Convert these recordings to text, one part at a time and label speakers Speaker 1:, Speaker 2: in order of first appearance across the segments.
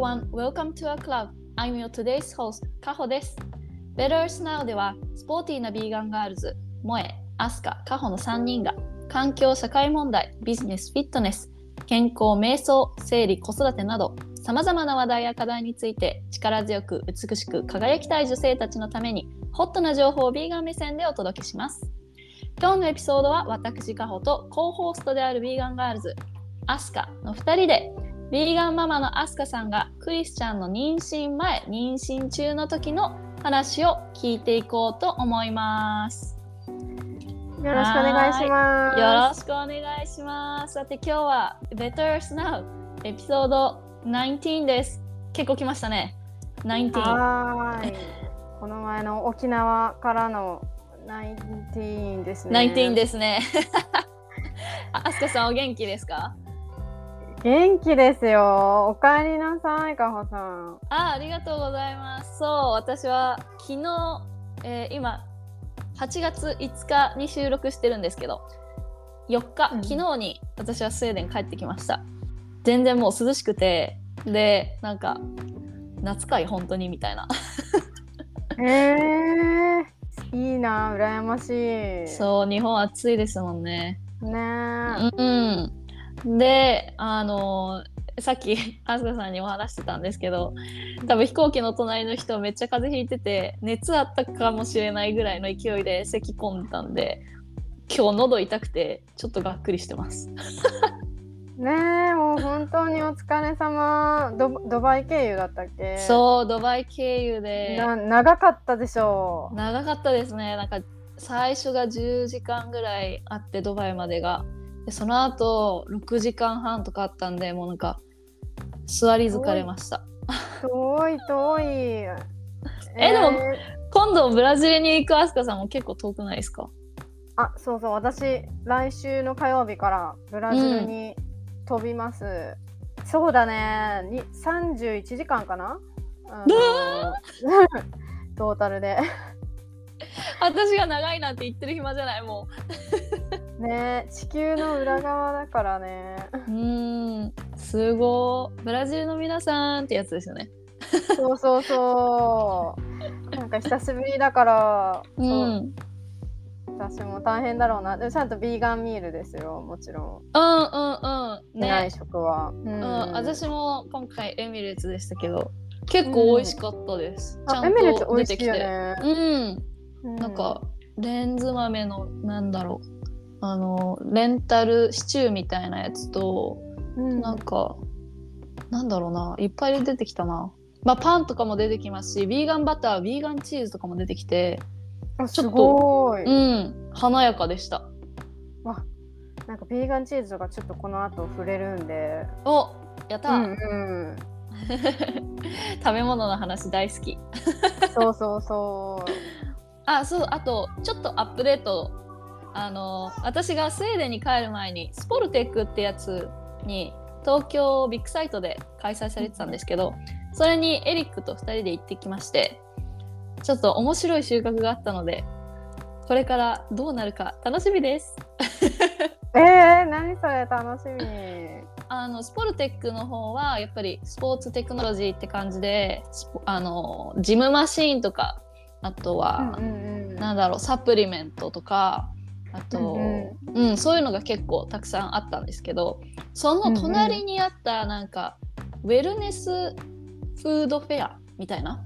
Speaker 1: to a Club I'm your today's host カホです Better s Now ではスポーティーなヴィーガンガールズ萌え、アスカ、カホの3人が環境、社会問題、ビジネス、フィットネス健康、瞑想、生理、子育てなどさまざまな話題や課題について力強く美しく輝きたい女性たちのためにホットな情報をヴィーガン目線でお届けします今日のエピソードは私カホとコホーストであるヴィーガンガールズアスカの2人でヴィーガンママのアスカさんがクリスちゃんの妊娠前妊娠中の時の話を聞いていこうと思います
Speaker 2: よろしくお願いします。
Speaker 1: よろしくお願いします。さて今日は Better s Now エピソード19です。結構来ましたね。19。
Speaker 2: はーい。この前の沖縄からの19ですね。
Speaker 1: 19ですね。 あアスカさんお元気ですか
Speaker 2: 元気ですよ。おかえりなさい、かほさん。
Speaker 1: あありがとうございます。そう、私は昨日、えー今、8月5日に収録してるんですけど、4日、
Speaker 2: うん
Speaker 1: 昨日に私はスウェーデン帰ってきました。全然もう涼しくて、で、なんか、夏かい、本当にみたいな。
Speaker 2: えー、いいな、羨ましい。
Speaker 1: そう、日本暑いですもんね。
Speaker 2: ねー
Speaker 1: うん、であのさっき あすかさんにお話してたんですけど多分飛行機の隣の人めっちゃ風邪ひいてて熱あったかもしれないぐらいの勢いで咳込んでたんで今日喉痛くてちょっとがっくりしてます
Speaker 2: ねーもう本当にお疲れ様。ドドバイ経由だったっけ
Speaker 1: そうドバイ経由で
Speaker 2: な長かったでしょう。
Speaker 1: 長かったですねなんか最初が10時間ぐらいあってドバイまでがでその後6時間半とかあったんでもうなんか座り疲れました
Speaker 2: 遠い遠い。え
Speaker 1: でも今度ブラジルに行くアスカさんも結構遠くないですか
Speaker 2: あそうそう私来週の火曜日からブラジルに飛びます、そうだねに31時間かな、あのトータルで
Speaker 1: 私が長いなんて言ってる暇じゃないも
Speaker 2: ね地球の裏側だからね
Speaker 1: ううーんすごいブラジルの皆さんってやつですよね
Speaker 2: そうそうそうなんか久しぶりだから、
Speaker 1: う
Speaker 2: そうん私も大変だろうなでもちゃんとビーガンミールですよもちろ
Speaker 1: うんうんうん
Speaker 2: ん、内
Speaker 1: ね
Speaker 2: 食は、う
Speaker 1: うんん私も今回エミレーツでしたけど結構美味しかったです、ち
Speaker 2: あ
Speaker 1: ゃ
Speaker 2: エ
Speaker 1: ん
Speaker 2: ミレーツ
Speaker 1: と
Speaker 2: 美
Speaker 1: 出て
Speaker 2: 味し
Speaker 1: き
Speaker 2: い
Speaker 1: て、
Speaker 2: よね、
Speaker 1: うん
Speaker 2: う
Speaker 1: なんかレンズ豆のなんだろうあのレンタルシチューみたいなやつと
Speaker 2: うん
Speaker 1: なんか、なんだろうな、いっぱい出てきたな。まあ、パンとかも出てきますし、ビーガンバター、ビーガンチーズとかも出てきて、
Speaker 2: あ
Speaker 1: ちょっと
Speaker 2: すごい、
Speaker 1: うん、華やかでした。
Speaker 2: なんかビーガンチーズがちょっとこの後触れるんで、
Speaker 1: おやった、
Speaker 2: うん うん、
Speaker 1: 食べ物の話大好き。
Speaker 2: そうそうそう。
Speaker 1: あ、そう、あと、ちょっとアップデート。あの、私がスウェーデンに帰る前に、スポルテックってやつに、東京ビッグサイトで開催されてたんですけど、それにエリックと2人で行ってきまして、ちょっと面白い収穫があったので、これからどうなるか楽しみです。
Speaker 2: えー、何それ楽しみ。
Speaker 1: あのスポルテックの方はやっぱりスポーツテクノロジーって感じでスポあのジムマシーンとかあとは、
Speaker 2: うんうん
Speaker 1: なんだろうサプリメントとかあと、
Speaker 2: う
Speaker 1: うんそういうのが結構たくさんあったんですけどその隣にあったなんか、ウェルネスフードフェアみたいな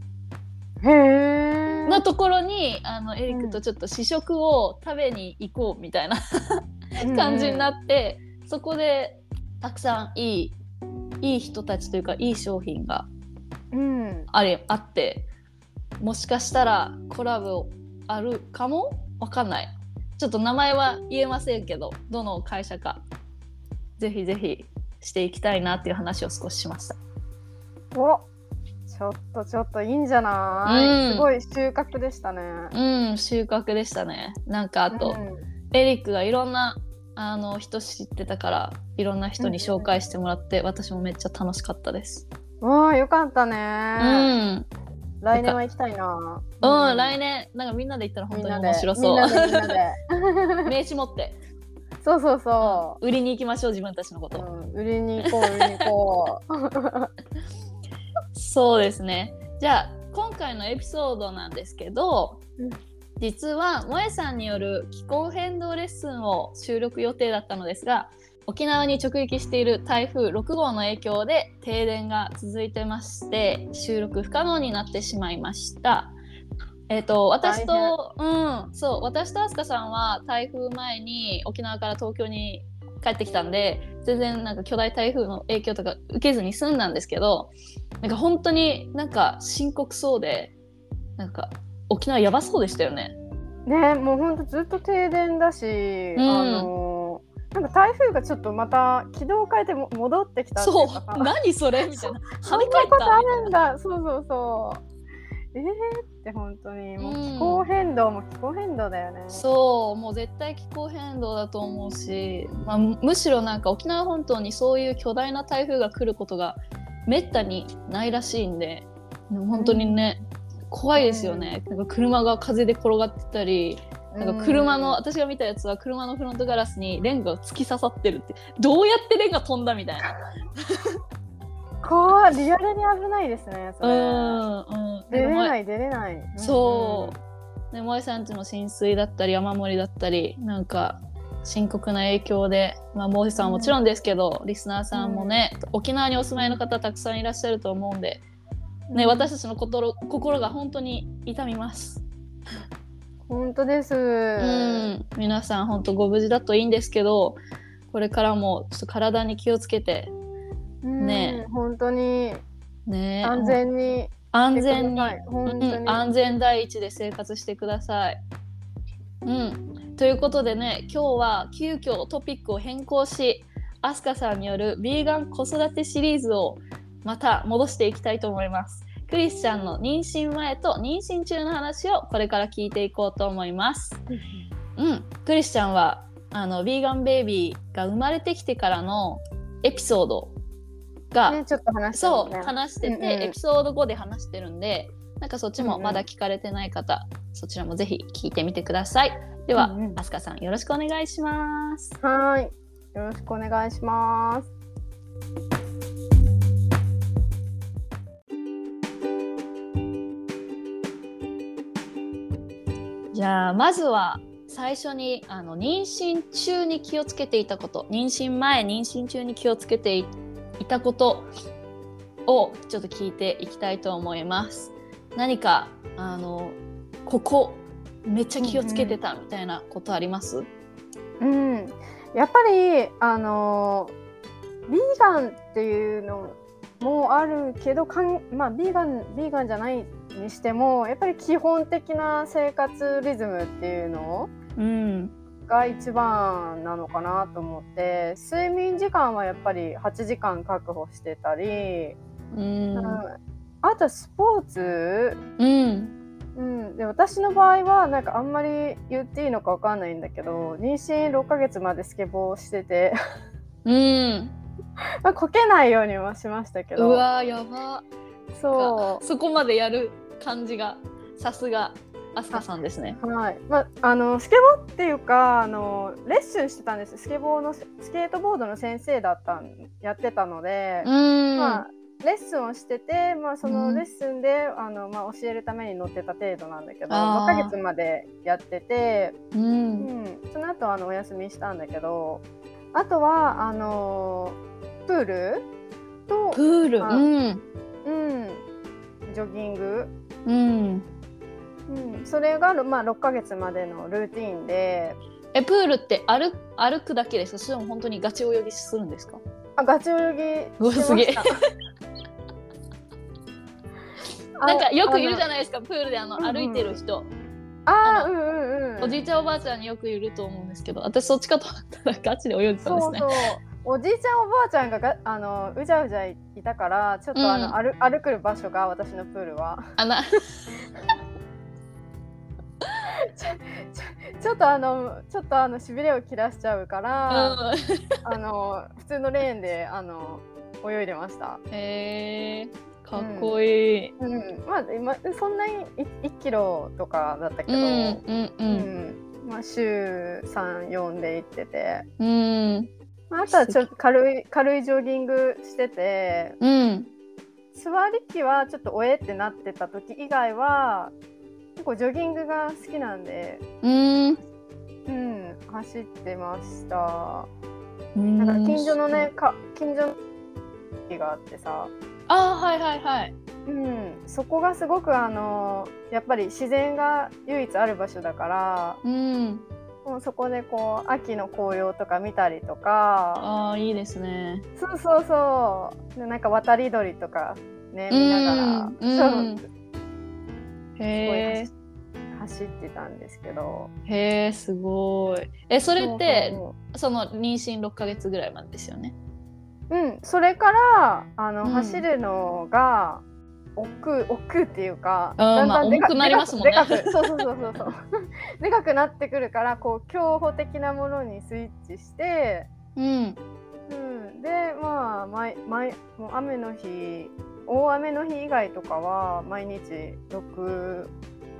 Speaker 2: へえ。
Speaker 1: のところにあのエリックとちょっと試食を食べに行こうみたいな感じにな
Speaker 2: っ
Speaker 1: って、そこでたくさんいいいい人たちというかいい商品が
Speaker 2: て。うん。
Speaker 1: あれあってもしかしたらコラボあるかもわかんないちょっと名前は言えませんけどどの会社かぜひぜひしていきたいなっていう話を少ししました
Speaker 2: お。ちょっとちょっといいんじゃない、
Speaker 1: うん
Speaker 2: すごい収穫でしたね。
Speaker 1: うん収穫でしたねなんかあと、
Speaker 2: うん
Speaker 1: エリックがいろんなあの人知ってたからいろんな人に紹介してもらって、私もめっちゃ楽しかったです
Speaker 2: うわあよかった
Speaker 1: う
Speaker 2: ね、
Speaker 1: ん
Speaker 2: 来年は行きたいな。
Speaker 1: うん、来年なんかみんなで行ったら本
Speaker 2: みん
Speaker 1: 当に
Speaker 2: なで
Speaker 1: 面白そう
Speaker 2: みんなでみん なで。
Speaker 1: 名刺持って
Speaker 2: そうそうそう。
Speaker 1: 売りに行きましょう自分たちのこ
Speaker 2: う
Speaker 1: と、
Speaker 2: ん、売りに行こう売りに行こう。
Speaker 1: そうですね。じゃあ今回のエピソードなんですけど、
Speaker 2: うん
Speaker 1: 実は萌えさんによる気候変動レッスンを収録予定だったのですが沖縄に直撃している台風6号の影響で停電が続いてまして収録不可能になってしまいました。えっと私と、うん、そう私と飛鳥さんは台風前に沖縄から東京に帰ってきたんで全然なんか巨大台風の影響とか受けずに済んだんですけどなんか本当になんか深刻そうでなんか沖縄やばそうでしたよね。
Speaker 2: ねもうほんとずっと停電だし、
Speaker 1: ん
Speaker 2: あのなんか台風がちょっとまた軌道を変えても戻ってきたってい
Speaker 1: そう
Speaker 2: うかさ
Speaker 1: う 何それみたいな跳
Speaker 2: そん
Speaker 1: ね
Speaker 2: な
Speaker 1: 返っ
Speaker 2: こと
Speaker 1: た
Speaker 2: あるんだそうそうそうえー、って本当にもう
Speaker 1: うん
Speaker 2: 気候変動も気候変動だよね、
Speaker 1: そうもう絶対気候変動だと思うし、まあ、むむしろなんか沖縄本島にそういう巨大な台風が来ることがめったにないらしいんで本当にね、怖いですよね、なんか車が風で転がってたりなんか車の、私が見たやつは車のフロントガラスにレンガが突き刺さってるってどうやってレンガ飛んだみたいな。
Speaker 2: 怖いリアルに危ないですねそうれ
Speaker 1: んうん、
Speaker 2: 出れ
Speaker 1: でも
Speaker 2: ない出れない、うん
Speaker 1: そう、ね、萌えさんちの浸水だったり雨漏りだったりなんか深刻な影響で、まあ、萌えさんはもちろんですけど、リスナーさんもね、沖縄にお住まいの方たくさんいらっしゃると思うんで、
Speaker 2: うん
Speaker 1: ね、私たちの心心が本当に痛みます、
Speaker 2: 本当です、
Speaker 1: うん皆さん本当ご無事だといいんですけどこれからもちょっと体に気をつけて
Speaker 2: うん
Speaker 1: ね
Speaker 2: 本当に
Speaker 1: ね
Speaker 2: 安全に
Speaker 1: 安全に
Speaker 2: やってください本当に、
Speaker 1: うん、安全第一で生活してください。うん、ということでね今日は急遽トピックを変更しアスカさんによるヴィーガン子育てシリーズをまた戻していきたいと思います。クリスチャンの妊娠前と妊娠中の話をこれから聞いていこうと思います。うん、クリスチャンはあのヴィーガンベイビーが生まれてきてからのエピソードが、
Speaker 2: ね、ちょっと話したも
Speaker 1: そ
Speaker 2: ん
Speaker 1: う
Speaker 2: ね
Speaker 1: 話してて、
Speaker 2: うんうん
Speaker 1: エピソード5で話してるんでなんかそっちもまだ聞かれてない方、そちらもぜひ聞いてみてくださいでは、
Speaker 2: うんうん
Speaker 1: アスカさんよろしくお願いします
Speaker 2: はーい。よろしくお願いします。
Speaker 1: じゃあまずは最初にあの妊娠中に気をつけていたこと妊娠前妊娠中に気をつけていいたことをちょっと聞いていきたいと思います。何かあのここめっちゃ気をつけてたみたいなことあります、
Speaker 2: うん。やっぱり、あのー、ビーガンっていうのもあるけど、かんまあ、ビーガン、ビーガンじゃないにしても、やっぱり基本的な生活リズムっていうの
Speaker 1: うん
Speaker 2: が一番なのかなと思って、睡眠時間はやっぱり8時間確保してたり、
Speaker 1: うん
Speaker 2: うんあとはスポーツ
Speaker 1: うん。
Speaker 2: うん、で私の場合はなんかあんまり言っていいのかわかんないんだけど妊娠6ヶ月までスケボーをしてて
Speaker 1: うん。
Speaker 2: まあこけないようにはしましたけ
Speaker 1: う
Speaker 2: ど
Speaker 1: わー、やば。
Speaker 2: そ
Speaker 1: そこまでやる感じが、さすが、アスカさんですね。
Speaker 2: う、はいまあ、あのスケボーっていうかあのレッスンしてたんですスケボーのスケートボードの先生だったんやってたので、
Speaker 1: ん
Speaker 2: まあ、レッスンをしてて、まあ、そうの
Speaker 1: ん
Speaker 2: レッスンで、あのまあ、教えるために乗ってた程度なんだけど
Speaker 1: あ
Speaker 2: 6
Speaker 1: ー
Speaker 2: ヶ月までやってて
Speaker 1: うん。
Speaker 2: うん、その後あのお休みしたんだけどあとはあのープールと
Speaker 1: プ、ール。
Speaker 2: あ
Speaker 1: うん。
Speaker 2: うん、ジョギング、
Speaker 1: うん。
Speaker 2: うん、それが、まあ、6ヶ月までのルーティンで
Speaker 1: え、プールって歩歩くだけですかそれとも本当にガチ泳ぎするんですか
Speaker 2: あガチ泳ぎしてました。あ
Speaker 1: なんかよくいるじゃ
Speaker 2: ん。
Speaker 1: ないですか、プールであの
Speaker 2: うんうん
Speaker 1: 歩いてる人、
Speaker 2: あのあー、うんうんうん。
Speaker 1: おじいちゃんおばあちゃんによくいると思うんですけど、私そっちかと思ったらガチで泳いでたんです
Speaker 2: そう
Speaker 1: ね。
Speaker 2: そう。おじいちゃんおばあちゃんががあのうじゃうじゃいたからちょっとあの、
Speaker 1: うん
Speaker 2: 歩歩く場所が私のプールは。
Speaker 1: あな、
Speaker 2: ちょっとあのちょっとあのしびれを切らしちゃうから、
Speaker 1: う
Speaker 2: あの普通のレーンであの泳いでました。
Speaker 1: ん。へえー、かっこいい。
Speaker 2: うん、まあ今そんなにい1キロとかだったけ
Speaker 1: う
Speaker 2: ど、
Speaker 1: ん、うん、う。
Speaker 2: うんまあ週34で行ってて、
Speaker 1: うん。
Speaker 2: まあ、あとはちょっと軽い軽いジョギングしてて、
Speaker 1: うん。
Speaker 2: 座り機はちょっとおえってなってた時以外は結構ジョギングが好きなんで、
Speaker 1: うーん。
Speaker 2: うん、走ってました。
Speaker 1: な
Speaker 2: なんか近所のね、。か近所の駅があってさ、
Speaker 1: ああ、はいはいはい。
Speaker 2: うん、そこがすごくあのやっぱり自然が唯一ある場所だから
Speaker 1: うん。
Speaker 2: もうそこでこう秋の紅葉とか見たりとか
Speaker 1: ああ、いいですね。
Speaker 2: そうそうそうでなんか渡り鳥とかね見ながら、
Speaker 1: うん
Speaker 2: そう
Speaker 1: うん
Speaker 2: すごい
Speaker 1: へ
Speaker 2: 走走ってたんですけど
Speaker 1: え。へえ、すごい。え、そ
Speaker 2: そ
Speaker 1: れって、
Speaker 2: うそう
Speaker 1: その妊娠6ヶ月ぐらいまでですよね。
Speaker 2: そううん、それからあの、
Speaker 1: うん
Speaker 2: 走るのが億劫億劫っていうか、
Speaker 1: うん
Speaker 2: だん
Speaker 1: まあ
Speaker 2: だんでか
Speaker 1: 重くなりますもんね
Speaker 2: でかくでかくそうそうそうそうそう でかくなってくるからこう競歩的なものにスイッチして、
Speaker 1: うん。
Speaker 2: うん、でまあ毎毎もう雨の日大雨の日以外とかは毎日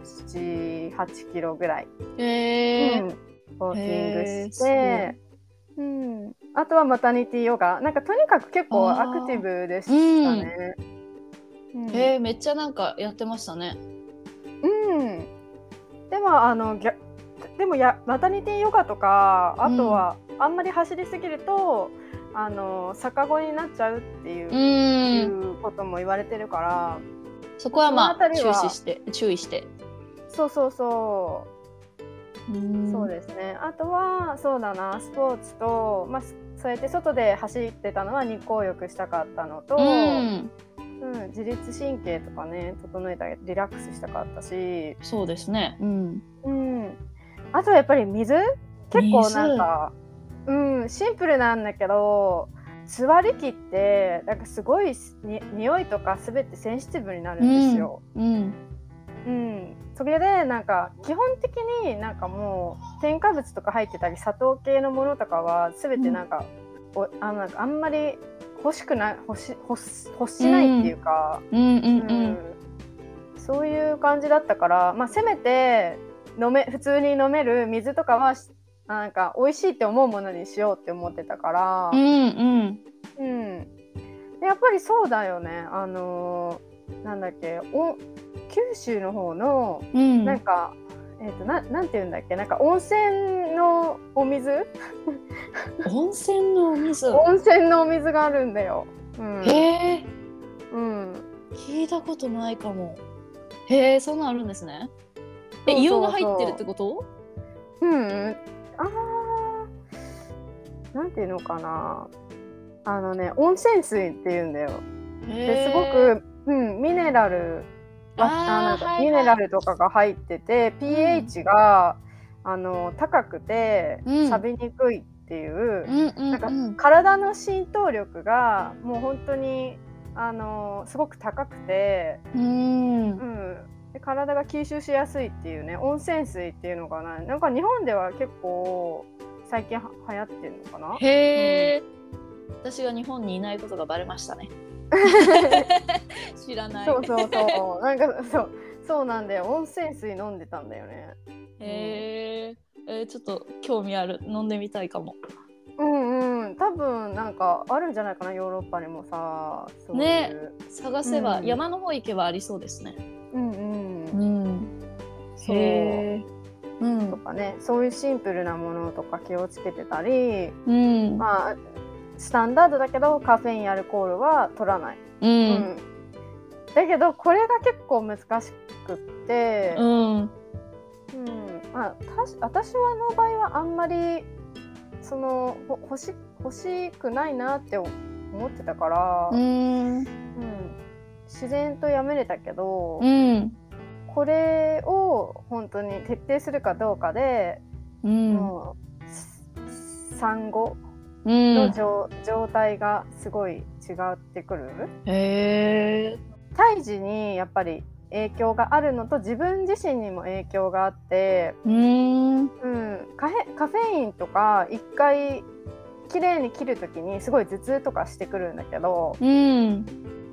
Speaker 2: 678キロぐらい、
Speaker 1: へえ。
Speaker 2: うん、ウォーキングして、
Speaker 1: へ
Speaker 2: うん、あとはマタニティヨガなんかとにかく結構アクティブでしたね。うん
Speaker 1: へえ、めっちゃなんかやってましたね。
Speaker 2: うん、でもあのぎゃでもやマタニティヨガとかあとは、あんまり走りすぎるとあの逆子になっちゃうっていう
Speaker 1: う
Speaker 2: い
Speaker 1: ん。
Speaker 2: うことも言われてるから、
Speaker 1: そこはま
Speaker 2: その
Speaker 1: あ
Speaker 2: あたり
Speaker 1: 注
Speaker 2: は
Speaker 1: 視して注意して。
Speaker 2: そうそうそう、そう
Speaker 1: す。
Speaker 2: ですねあとはそうだなスポーツと、まあ、すそうやって外で走ってたのは日光浴したかったのと、
Speaker 1: うん。
Speaker 2: うん自律神経とかね整えたりリラックスしたかったし、
Speaker 1: そうですね。うん。
Speaker 2: うん、あとはやっぱり水結構なんか、うん、シンプルなんだけど座り機ってなんかすごいに匂いとか全てセンシティブになるんですよ。
Speaker 1: うん。
Speaker 2: うん、それでなんか基本的になんかもう添加物とか入ってたり砂糖系のものとかは全てなんか,、おあなんかあんまり欲しくない欲し欲し欲しないっていうか、
Speaker 1: うんう
Speaker 2: うんん
Speaker 1: うん。
Speaker 2: そういう感じだったから、まあ、せめて飲め普通に飲める水とかはしなんか美味しいって思うものにしようって思ってたから。
Speaker 1: うんうん。
Speaker 2: うん、でやっぱりそうだよねあのーなんだっけお九州の方の
Speaker 1: うん。
Speaker 2: なんか、えっ、とななんて言うんだっけなんか温泉のお水、
Speaker 1: 温泉のお水。
Speaker 2: 温泉のお水があるんだよ。うん
Speaker 1: へえ。
Speaker 2: うん、
Speaker 1: 聞いたことないかも。へえ、そんなんあるんですね。え、硫
Speaker 2: そうそうそう
Speaker 1: 黄が入ってるってこと？
Speaker 2: うんうん、あーなんていうのかなあのね温泉水っていうんだよ。ですご
Speaker 1: へ
Speaker 2: く、うん、ミネラルわ
Speaker 1: あー
Speaker 2: あなんか
Speaker 1: はいはい
Speaker 2: ミネラルとかが入ってて pH が、あの高くて
Speaker 1: うん
Speaker 2: 錆びにくいっていう。
Speaker 1: え。うんうん
Speaker 2: なんか
Speaker 1: うん。
Speaker 2: 体の浸透力がもう本当にあのすごく高くて、
Speaker 1: うん
Speaker 2: う。ん、で体が吸収しやすいっていうね温泉水っていうのかななんか日本では結構最近は流行ってるのかな
Speaker 1: へえ、私が日本にいないことがバレました ね。知らない。
Speaker 2: そうそうそうなんかそうそうなんだよ温泉水飲んでたんだよね
Speaker 1: へえ。えーちょっと興味ある飲んでみたいかも。
Speaker 2: うんうん多分なんかあるんじゃないかなヨーロッパにもさそういう、
Speaker 1: ね探せば、
Speaker 2: うん
Speaker 1: 山の方行けばありそうですね。
Speaker 2: うんうん
Speaker 1: ん。
Speaker 2: そう
Speaker 1: へえ。う
Speaker 2: と
Speaker 1: ん。
Speaker 2: かねそういうシンプルなものとか気をつけてたり
Speaker 1: うん。
Speaker 2: まあスタンダードだけどカフェインアルコールは取らない、
Speaker 1: う。
Speaker 2: うんだけどこれが結構難しくって、
Speaker 1: うん。
Speaker 2: うんまあ、たし私はの場合はあんまりそのほ欲し欲しくないなって思ってたから、
Speaker 1: う
Speaker 2: うん
Speaker 1: ん。
Speaker 2: 自然とやめれたけど、
Speaker 1: うん。
Speaker 2: これを本当に徹底するかどうかで、
Speaker 1: うん。
Speaker 2: もう産後
Speaker 1: う
Speaker 2: の
Speaker 1: ん。
Speaker 2: 状,、状態がすごい違ってくる。
Speaker 1: へえ。
Speaker 2: 胎児にやっぱり影響があるのと自分自身にも影響があって、
Speaker 1: うん。
Speaker 2: うん、カフェカフェインとか一回綺麗に切る時にすごい頭痛とかしてくるんだけど
Speaker 1: うん。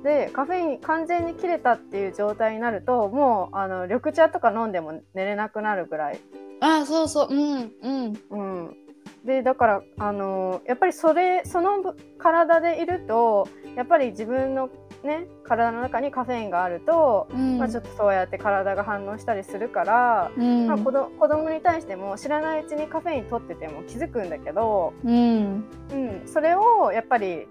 Speaker 2: でカフェイン完全に切れたっていう状態になるともうあの緑茶とか飲んでも寝れなくなるぐらい、
Speaker 1: あ、そうそう。うん。うん。
Speaker 2: うん、でだからあのやっぱりそれその体でいるとやっぱり自分のね体の中にカフェインがあると、
Speaker 1: うん
Speaker 2: まあ、ちょっとそうやって体が反応したりするから、
Speaker 1: うん
Speaker 2: まあ、子ど子供に対しても知らないうちにカフェイン取ってても気づくんだけど、
Speaker 1: うん
Speaker 2: うん、それをやっぱり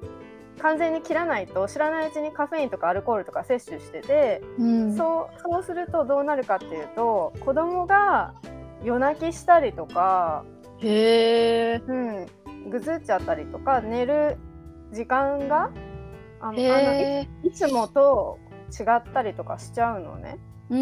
Speaker 2: 完全に切らないと知らないうちにカフェインとかアルコールとか摂取してて、
Speaker 1: うん
Speaker 2: そうそうするとどうなるかっていうと子供が夜泣きしたりとか、
Speaker 1: へえ
Speaker 2: うん、ぐずっちゃったりとか寝る時間がああの
Speaker 1: へ
Speaker 2: い
Speaker 1: え
Speaker 2: いつもと違ったりとかしちゃうのね、
Speaker 1: うん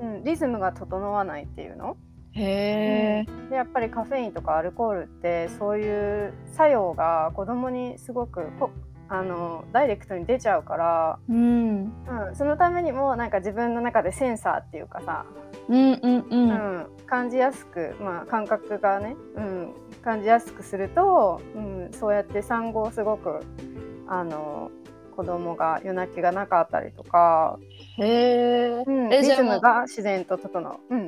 Speaker 2: うん、リズムが整わないっていうの。
Speaker 1: へえ
Speaker 2: でやっぱりカフェインとかアルコールってそういう作用が子供にすごくこあのダイレクトに出ちゃうから、
Speaker 1: うんうん
Speaker 2: うん、そのためにもなんか自分の中でセンサーっていうかさ、
Speaker 1: うんう
Speaker 2: うんん感じやすく、まあ、感覚がね、うん、感じやすくすると、うん、そうやって産後すごくあの子供が夜泣きがなかったりとか、
Speaker 1: へえ
Speaker 2: うん、
Speaker 1: え
Speaker 2: リ
Speaker 1: じゃあ
Speaker 2: ズムが自然と整う。うん
Speaker 1: う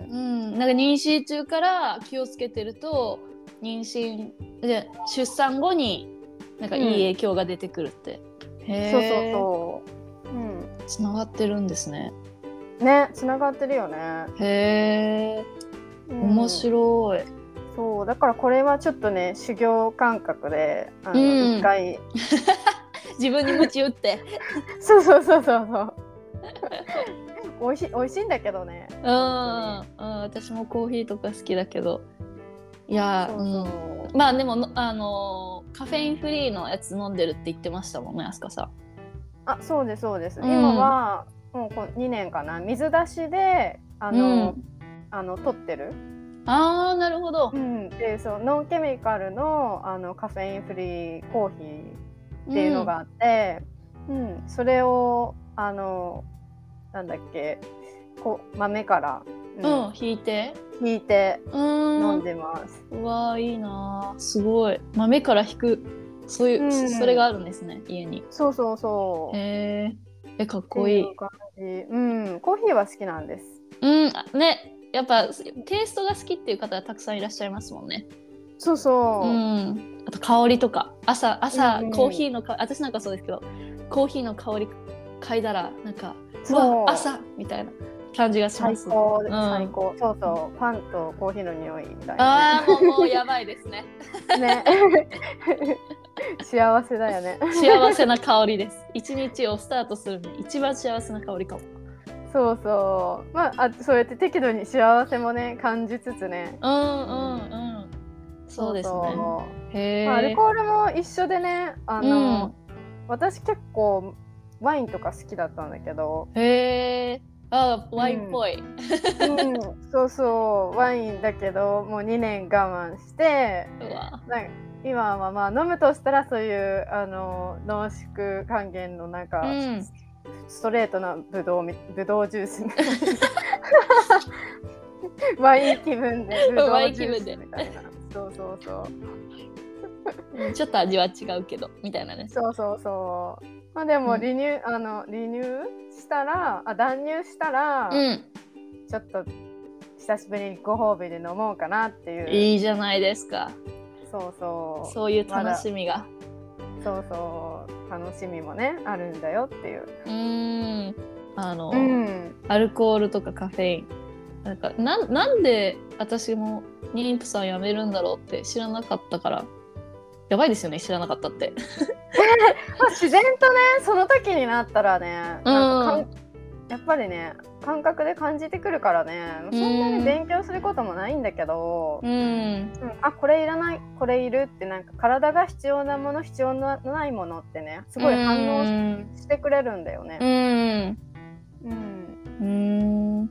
Speaker 1: んなんか妊娠中から気をつけてると妊娠で出産後になんかいい影響が出てくるって、へ
Speaker 2: そうそうそう、うん
Speaker 1: そうつながってるんですね
Speaker 2: ねつながってるよね、
Speaker 1: へえ
Speaker 2: うん
Speaker 1: 面白い、
Speaker 2: そうだからこれはちょっとね修行感覚であの、
Speaker 1: うん
Speaker 2: 一回
Speaker 1: 自分に鞭打って
Speaker 2: そうそうそうそうそう 美味しい美味しいんだけどね
Speaker 1: うん、うん、私もコーヒーとか好きだけどいや
Speaker 2: そう
Speaker 1: ー
Speaker 2: そう、
Speaker 1: うん、まあでものあのーカフェインフリーのやつ飲んでるって言ってましたもんねあすかさ
Speaker 2: あそうですそうです、
Speaker 1: うん
Speaker 2: 今はもうこ2年かな水出しであ
Speaker 1: ん
Speaker 2: の、あの取ってる、
Speaker 1: ああなるほど
Speaker 2: う、ん、でそうノンケミカルのあのカフェインフリーコーヒーっていうのがあって、うんそれをあのなんだっけこ豆から、
Speaker 1: うん、うん引いて
Speaker 2: 引いて
Speaker 1: うん
Speaker 2: 飲んでます。
Speaker 1: うわーいいなーすごい豆から引くそういう、
Speaker 2: うん
Speaker 1: そそれがあるんですね家に
Speaker 2: そうそうそう。
Speaker 1: へーえかっこいい
Speaker 2: ってう感じ。うん、コーヒーは好きなんです。
Speaker 1: うんあねやっぱテイストが好きっていう方がたくさんいらっしゃいますもんね
Speaker 2: そうそうう。
Speaker 1: んあと香りとか朝朝、
Speaker 2: うんうん
Speaker 1: コーヒーのか私なんかそうですけどコーヒーの香り嗅いだらなんかう
Speaker 2: そう。
Speaker 1: わ朝みたいな感じがしま
Speaker 2: 最
Speaker 1: す
Speaker 2: 高、
Speaker 1: ん
Speaker 2: 最高。そうそう。パンとコーヒーの匂いみたいな。
Speaker 1: ああもうもうやばいですね
Speaker 2: ね。幸せだよね。
Speaker 1: 幸せな香りです一日をスタートするのに一番幸せな香りかも
Speaker 2: そうそう。まあ、あ、そうやって適度に幸せもね、感じつつね。
Speaker 1: うんうんうん。そうですね。
Speaker 2: そ
Speaker 1: へ
Speaker 2: う
Speaker 1: え。
Speaker 2: まあアルコールも一緒でね、あの、私結構ワインとか好きだったんだけど、
Speaker 1: うん、へえ。あ、ワインっぽい。
Speaker 2: うん、そうそうワインだけどもう2年我慢して
Speaker 1: うわ。
Speaker 2: なんか今はまあ飲むとしたらそういうあの濃縮還元のなんか、
Speaker 1: うん
Speaker 2: ストレートなブドウみブドウジュースみたい なワイン気分でブド
Speaker 1: ワイ
Speaker 2: ウ
Speaker 1: ン
Speaker 2: ジ
Speaker 1: 気
Speaker 2: ュー
Speaker 1: 分
Speaker 2: ス
Speaker 1: で
Speaker 2: みたいなそうそうそう
Speaker 1: ちょっと味は違うけどみたいなね。
Speaker 2: そうそうそうまあでも
Speaker 1: うん
Speaker 2: 離乳、あの離乳したらあ断乳したら、
Speaker 1: うん。
Speaker 2: ちょっと久しぶりにご褒美で飲もうかなっていう
Speaker 1: いいじゃないですか。
Speaker 2: そうそう
Speaker 1: そういう楽しみが。
Speaker 2: そうそう楽しみもねあるんだよっていう、
Speaker 1: うーん。あの、
Speaker 2: ん、
Speaker 1: アルコールとかカフェイン。なんかなんなんで私も妊婦さん辞めるんだろうって知らなかったからやばいですよね知らなかったって
Speaker 2: まあ自然とねその時になったらねなんかかんやっぱりね感覚で感じてくるからねそんなに勉強することもないんだけど、
Speaker 1: うん
Speaker 2: うんあこれいらないこれいるってなんか体が必要なもの必要なないものってねすごい反応し
Speaker 1: 応
Speaker 2: してくれるんだよね
Speaker 1: う。ん
Speaker 2: うん
Speaker 1: うん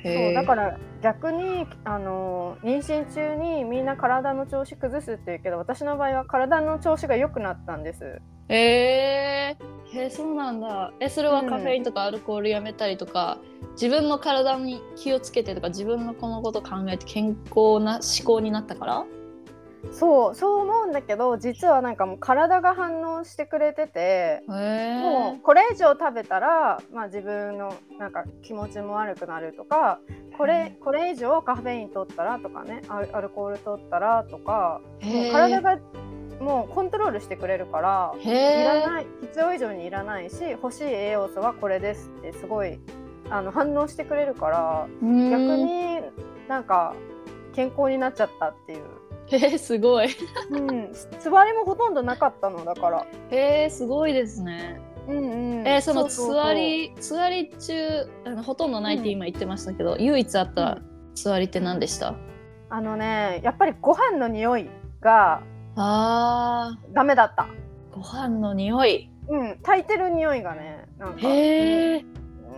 Speaker 2: そうだ
Speaker 1: ら
Speaker 2: から逆にあの妊娠中にみんな体の調子崩すって言うけど私の場合は体の調子が良くなったんです
Speaker 1: えー、えーそうなんだえそれはカフェインとかアルコールやめたりとか、自分の体に気をつけてとか自分のこのこと考えて健康な思考になったから
Speaker 2: そうそう思うんだけど実はなんかもう体が反応してくれて
Speaker 1: へ
Speaker 2: てもうこれ以上食べたら、まあ、自分のなんか気持ちも悪くなるとかこれこれ以上カフェイン取ったらとかねアルアルコール取ったらとか
Speaker 1: え
Speaker 2: 体がもうコントロールしてくれるから
Speaker 1: へ
Speaker 2: いら
Speaker 1: え
Speaker 2: ない必要以上にいらないし欲しい栄養素はこれですってすごいあの反応してくれるから
Speaker 1: 逆
Speaker 2: 逆になんか健康になっちゃったっていう、
Speaker 1: へえすごい
Speaker 2: うん、 つわりもほとんどなかったのだから。
Speaker 1: へえすごいですね
Speaker 2: うんうん、
Speaker 1: えーその
Speaker 2: う
Speaker 1: つ
Speaker 2: うう
Speaker 1: わりつわり中あのほとんどないって今言ってましたけど、唯一あったつわりって何でした、
Speaker 2: あのねやっぱりご飯の匂いが
Speaker 1: あ
Speaker 2: ダメだった。
Speaker 1: ーご飯の匂い
Speaker 2: うん、炊いてる匂いがねなんか、
Speaker 1: へえ
Speaker 2: うん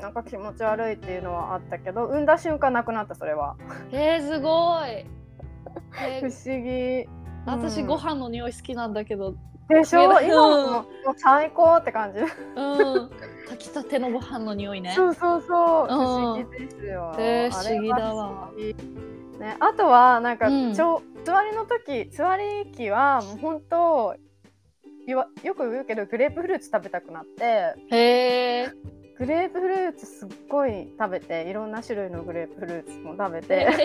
Speaker 2: なんか気持ち悪いっていうのはあったけど産んだ瞬間なくなったそれは
Speaker 1: へえすご いえ
Speaker 2: 不思議
Speaker 1: 私ご飯
Speaker 2: 飯
Speaker 1: の匂い好きなんだけど
Speaker 2: でし
Speaker 1: 食
Speaker 2: ょ
Speaker 1: えない
Speaker 2: 今ももう最高って感 じ、
Speaker 1: うん炊きたてのご飯の匂いね
Speaker 2: そうそうそう
Speaker 1: うん
Speaker 2: 不思議ですよ、
Speaker 1: へえ
Speaker 2: あ
Speaker 1: 不
Speaker 2: れは
Speaker 1: 思議だわ
Speaker 2: ね、あとはなんか、
Speaker 1: うん
Speaker 2: ちょ座りの時座り期はもう本当いわよく言うけどグレープフルーツ食べたくなって
Speaker 1: へえ
Speaker 2: グレープフルーツすっごい食べていろんな種類のグレープフルーツも食べて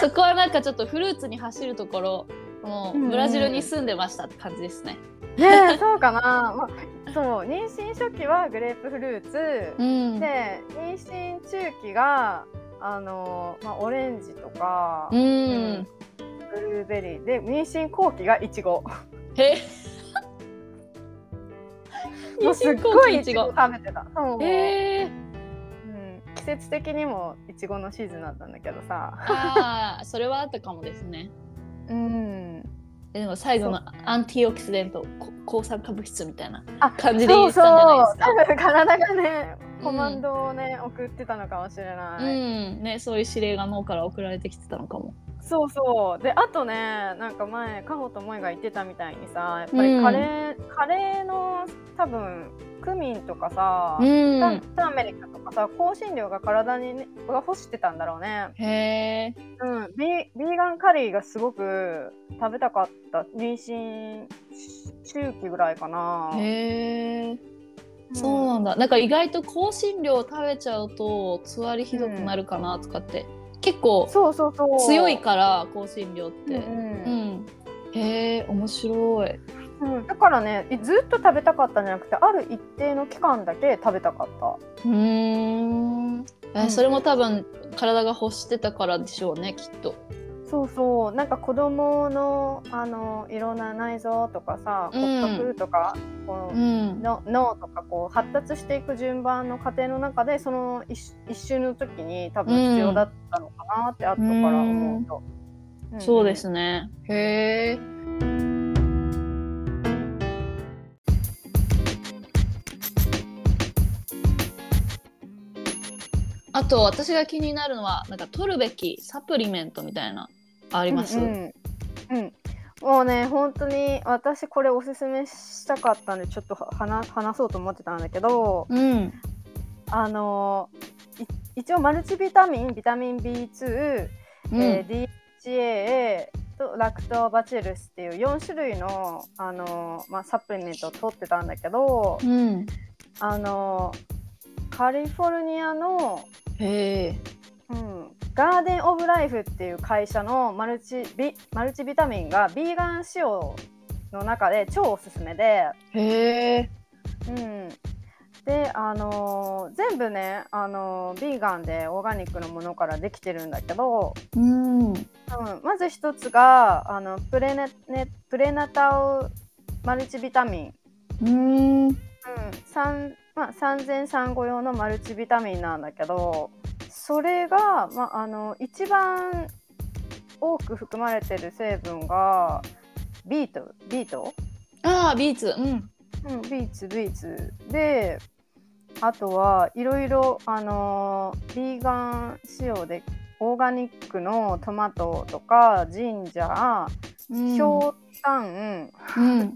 Speaker 1: そこはなんかちょっとフルーツに走るところも
Speaker 2: うんう
Speaker 1: うんブラジルに住んでましたって感じですね。
Speaker 2: ねえ そうかな、まあ、そう妊娠初期はグレープフルーツ、
Speaker 1: うん、
Speaker 2: で妊娠中期があの、まあ、オレンジとか、
Speaker 1: うん
Speaker 2: んブルーベリーで妊娠後期がイチゴ
Speaker 1: へ
Speaker 2: もうすっごい
Speaker 1: 妊娠後期
Speaker 2: イチゴ食べてた。そう
Speaker 1: え
Speaker 2: うん季節的にもいちごのシーズンだったんだけどさ、
Speaker 1: ああそれはあったかもですね。
Speaker 2: うん、
Speaker 1: えでも最後のアンティオキシデントこ抗酸化物質みたいな感じで言
Speaker 2: そ
Speaker 1: っ
Speaker 2: う
Speaker 1: てたん
Speaker 2: そ
Speaker 1: じゃない
Speaker 2: う
Speaker 1: ですか。
Speaker 2: 多分体がね
Speaker 1: うん
Speaker 2: コマンドをね、送ってたのかもしれな
Speaker 1: う
Speaker 2: い、
Speaker 1: んね、そういう指令が脳から送られてきてたのかも。
Speaker 2: そうそうであとねなんか前カホと萌が言ってたみたいにさやっぱりカレー、カレーの多分クミンとかさ、タ
Speaker 1: ん、
Speaker 2: ターメリックとかさ香辛料が体に、ね、が欲してたんだろうね、
Speaker 1: へえ
Speaker 2: うん、ビービーガンカリーがすごく食べたかった妊娠中期ぐらいかな
Speaker 1: へえ
Speaker 2: うん
Speaker 1: そうなんだなんか意外と香辛料を食べちゃうとつわりひどくなるかなとかって、結構
Speaker 2: そうそうそう
Speaker 1: 強いから香辛料って。
Speaker 2: うん
Speaker 1: う
Speaker 2: うん
Speaker 1: ん、へえ面白い。
Speaker 2: うんだからねいずっと食べたかったんじゃなくてある一定の期間だけ食べたかった
Speaker 1: うーん
Speaker 2: う
Speaker 1: え
Speaker 2: ん
Speaker 1: それも多分体が欲してたからでしょうねきっと。
Speaker 2: そうそうなんか子供のあのいろんな内臓とかさ
Speaker 1: うん
Speaker 2: 骨格とか、こ
Speaker 1: う、
Speaker 2: うんの脳とかこう発達していく順番の過程の中でその一一周の時に多分必要だったのかなって後から思うと、んん
Speaker 1: そうですね。へえ。あと私が気になるのはなんか取るべきサプリメントみたいなあります。
Speaker 2: うんうんうんもうね本当に私これおすすめしたかったんでちょっとは話話そうと思ってたんだけど
Speaker 1: うん。
Speaker 2: あのい一応マルチビタミンビタミン B2、
Speaker 1: うん。
Speaker 2: えー DHA とラクトバチルスっていう4種類の、あのまあ、サプリメントを取ってたんだけど、
Speaker 1: うん。
Speaker 2: あのカリフォルニアの、
Speaker 1: へえ。
Speaker 2: うん、ガーデン・オブ・ライフっていう会社のマルチビマルチビタミンがビーガン仕様の中で超おすすめで、
Speaker 1: へえ。
Speaker 2: うん、で、あの全部ね、あのビーガンでオーガニックのものからできてるんだけど、
Speaker 1: うん。
Speaker 2: うん、まず一つがあのプレネ、ね、プレナタウマルチビタミン
Speaker 1: うん。
Speaker 2: うん産まあ、産前産後用のマルチビタミンなんだけどそれが、まあ、あの一番多く含まれてる成分がビートビート、
Speaker 1: ああビーツ。うん。
Speaker 2: うん、ビーツビーツであとはいろいろあのビーガン仕様でオーガニックのトマトとかジンジ
Speaker 1: うん
Speaker 2: ャー、ひょうたん
Speaker 1: うん。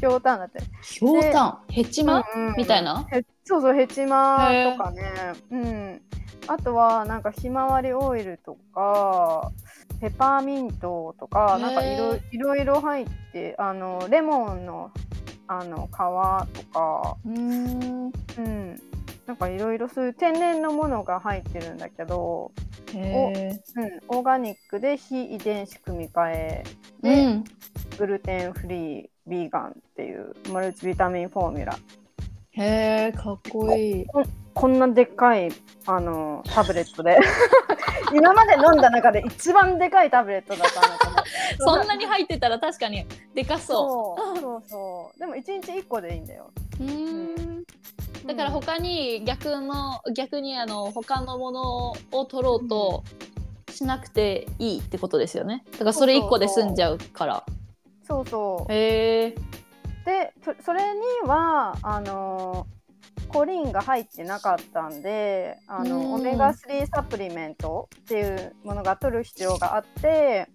Speaker 2: ひょうたんだって、
Speaker 1: ひょうたん。ヘチマ、
Speaker 2: うんうん
Speaker 1: みたいな。
Speaker 2: へそうそうヘチマとかね、うん、あとはなんかひまわりオイルとかペパーミントとか
Speaker 1: へー
Speaker 2: なんかいろいろいろ入ってあのレモンのあの皮とか、
Speaker 1: うん。
Speaker 2: うん、なんかいろいろそういう天然のものが入ってるんだけど、
Speaker 1: へ
Speaker 2: うん、オーガニックで非遺伝子組み換え
Speaker 1: え。
Speaker 2: で、
Speaker 1: うん。
Speaker 2: グルテンフリービーガンっていうマルチビタミンフォーミュラ
Speaker 1: へえ、かっこいい。
Speaker 2: こんなでっかいあのタブレッ トで今まで飲んだ中で一番でかいタブレットだったんだけ ど
Speaker 1: そんなに入ってたら確かにでかそ
Speaker 2: そうそうそうでも一日一個でいいんだよ
Speaker 1: う。うーん。だから他に逆の逆にあの他のものを取ろうとしなくていいってことですよね。だからそれ一個で済んじゃうから。
Speaker 2: そうそう
Speaker 1: へえ。
Speaker 2: でそそれにはあのコリンが入ってなかったんであの、
Speaker 1: うん
Speaker 2: オメガ3サプリメントっていうものが取る必要があって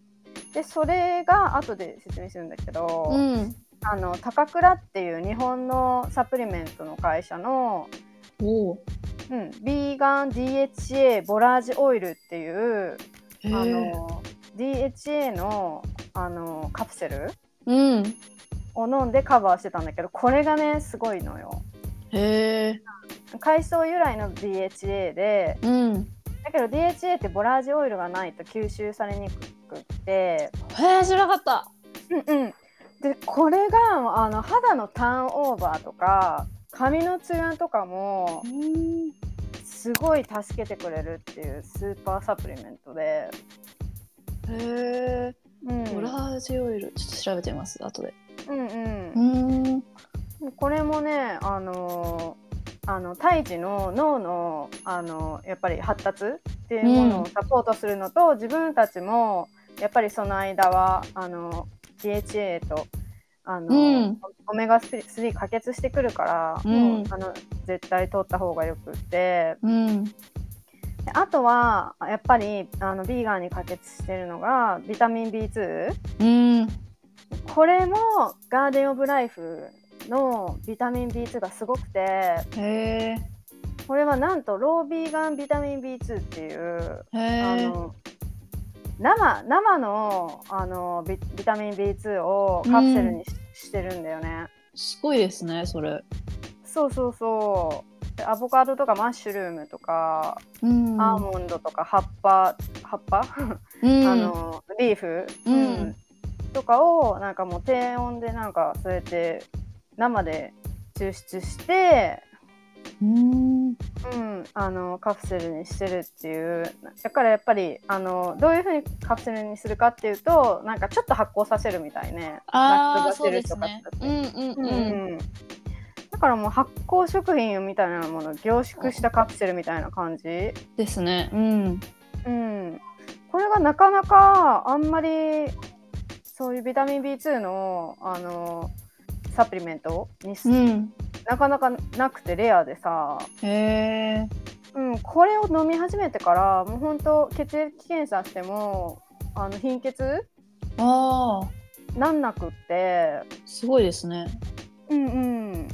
Speaker 2: でそれが後で説明するんだけど、
Speaker 1: うん。
Speaker 2: あの高倉っていう日本のサプリメントの会社の、
Speaker 1: おお。
Speaker 2: うん、ビーガン DHA ボラージオイルっていう
Speaker 1: あ
Speaker 2: あ、の DHA のあのカプセル
Speaker 1: うん。
Speaker 2: を飲んでカバーしてたんだけどこれがねすごいのよ。
Speaker 1: へえ。
Speaker 2: 海藻由来の DHA で
Speaker 1: うん。
Speaker 2: だけど DHA ってボラージオイルがないと吸収されにくくって、
Speaker 1: へえ、知らなかった。
Speaker 2: うんうん、でこれがあの肌のターンオーバーとか髪のツヤとかも
Speaker 1: うん。
Speaker 2: すごい助けてくれるっていうスーパーサプリメントで、
Speaker 1: へえ。
Speaker 2: うん、
Speaker 1: オラージオイル、ちょっと調べてみます。後で。
Speaker 2: うんうん
Speaker 1: うん。
Speaker 2: これもねあのーあの胎児の脳の、あのやっぱり発達っていうものをサポートするのと、自分たちもやっぱりその間はあの DHA とあの、
Speaker 1: うん
Speaker 2: オメガ3可欠してくるから、
Speaker 1: うん
Speaker 2: もうあの絶対取った方がよくって
Speaker 1: うん。
Speaker 2: であとはやっぱりあのビーガンに可欠してるのがビタミン B2
Speaker 1: うん。
Speaker 2: これもガーデン・オブ・ライフのビタミン B2 がすごくて
Speaker 1: へえ。
Speaker 2: これはなんとロービーガンビタミン B2 っていう、
Speaker 1: へ
Speaker 2: あ
Speaker 1: え。
Speaker 2: の生生のあのビビタミン B2 をカプセルにし,、てるんだよね。
Speaker 1: すごいですね、それ。
Speaker 2: そうそうそうでアボカドとかマッシュルームとか、
Speaker 1: うん
Speaker 2: アーモンドとか葉っぱ葉っぱ、
Speaker 1: うん、
Speaker 2: あのリーフ、
Speaker 1: うん
Speaker 2: とかをなんかもう低温でなんかそうやって生で抽出して
Speaker 1: うん。
Speaker 2: うん、あのカプセルにしてるっていうだからやっぱりあのどういうふうにカプセルにするかっていうとなんかちょっと発酵させるみたいね
Speaker 1: あ
Speaker 2: ラ
Speaker 1: あ、
Speaker 2: クト
Speaker 1: そう
Speaker 2: バ
Speaker 1: で
Speaker 2: シル
Speaker 1: す
Speaker 2: とか
Speaker 1: ね。
Speaker 2: 使
Speaker 1: う
Speaker 2: って
Speaker 1: んうん
Speaker 2: う
Speaker 1: うん。
Speaker 2: んだからもう発酵食品みたいなものを凝縮したカプセルみたいな感じ、
Speaker 1: ですね。うん。
Speaker 2: うん、これがなかなかあんまりそういうビタミン B2 のあのサプリメントにす、
Speaker 1: うん。
Speaker 2: なかなかなくてレアでさ
Speaker 1: へえ。
Speaker 2: うん、これを飲み始めてからもう本当血液検査してもあの貧血
Speaker 1: ああ、
Speaker 2: なんなくって、
Speaker 1: すごいですね。
Speaker 2: うんうん、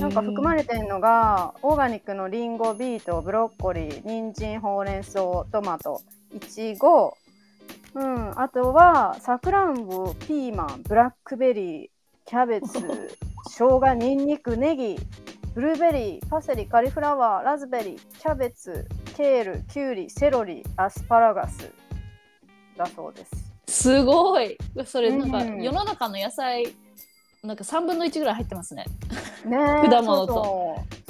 Speaker 2: なんか含ま
Speaker 1: れ
Speaker 2: れてるのがオーガニックのリンゴビートブロッコリー人参ほうれん草トマトいちご、うん、あとはさくらんぼピーマンブラックベリーキャベツ生姜にんにくネギブルーベリーパセリカリフラワーラズベリーキャベツケールキュウリセロリアスパラガスだそうです。
Speaker 1: すごい。それなんか、
Speaker 2: うん
Speaker 1: 世の中の野菜なんか三分の一ぐらい入ってますね。
Speaker 2: ねえ
Speaker 1: 果物と
Speaker 2: そうそうそう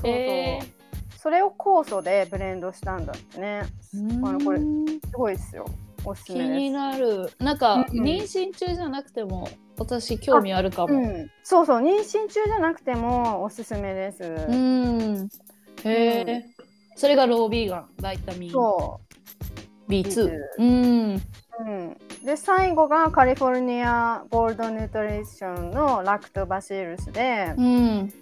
Speaker 2: そう
Speaker 1: えー
Speaker 2: それを酵素でブレンドしたんだってね。あのこれ
Speaker 1: うん
Speaker 2: すごいですよ。おすす
Speaker 1: 気
Speaker 2: めです。
Speaker 1: になる。なんか、
Speaker 2: うんうん
Speaker 1: 妊娠中じゃなくても私興味あるか
Speaker 2: う
Speaker 1: も。
Speaker 2: ん、そうそう、妊娠中じゃなくてもおすすめです。
Speaker 1: うん。へえ、それがロービーガン、バイタミン
Speaker 2: そ
Speaker 1: B2。
Speaker 2: B2
Speaker 1: うん。
Speaker 2: う、うん。で、最後がカリフォルニアゴールドニュートリションのラクトバシルスで
Speaker 1: う、ん。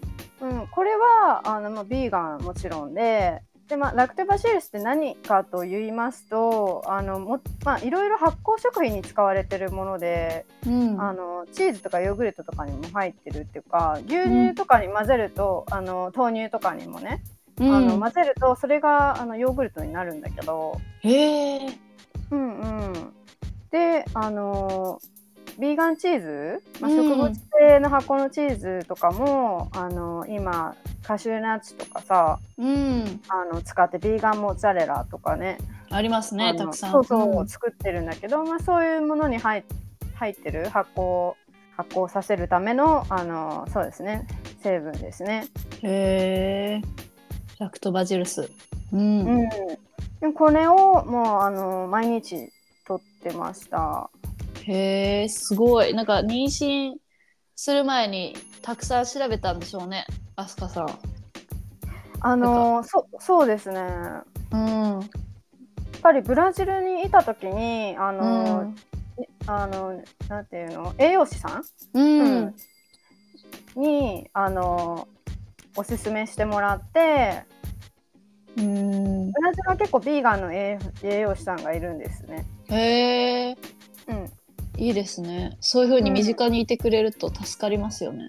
Speaker 2: うん、これはあのまあビーガンもちろんで。でまあ、ラクトバシルスって何かと言いますとあのも、まあ、いろいろ発酵食品に使われてるもので、
Speaker 1: うん。
Speaker 2: あのチーズとかヨーグルトとかにも入ってるっていうか牛乳とかに混ぜると、あの豆乳とかにもねあの混ぜるとそれがあのヨーグルトになるんだけど、
Speaker 1: へえ。
Speaker 2: うんうん、であのビーガンチーズ、まあ、
Speaker 1: うん
Speaker 2: 植物性の箱のチーズとかも、あの今カシューナッツとかさ
Speaker 1: うん、
Speaker 2: あの使ってビーガンモッツァレラとかね
Speaker 1: あります
Speaker 2: あ
Speaker 1: ね、
Speaker 2: の
Speaker 1: たくさん。
Speaker 2: そうそう、
Speaker 1: うん
Speaker 2: 作ってるんだけど、まあ、そういうものに入っ入ってる発酵発酵させるためのあのそうですね成分ですね。
Speaker 1: へえ。ラクトバジルス。うん。
Speaker 2: うん、でもこれをもうあの毎日取ってました。
Speaker 1: へえ、すごい。なんか妊娠する前にたくさん調べたんでしょうね、アスカさん。
Speaker 2: あのそそうですね。
Speaker 1: うん。うん。
Speaker 2: やっぱりブラジルにいた時にあの、あのなんていうの栄養士さん、
Speaker 1: うん。
Speaker 2: にあのおすすめしてもらって
Speaker 1: うん。
Speaker 2: ブラジルは結構ビーガンの栄栄養士さんがいるんですね。
Speaker 1: へえ、
Speaker 2: うん、
Speaker 1: いいですね。そういう風に身近にいてくれると助かりますよね。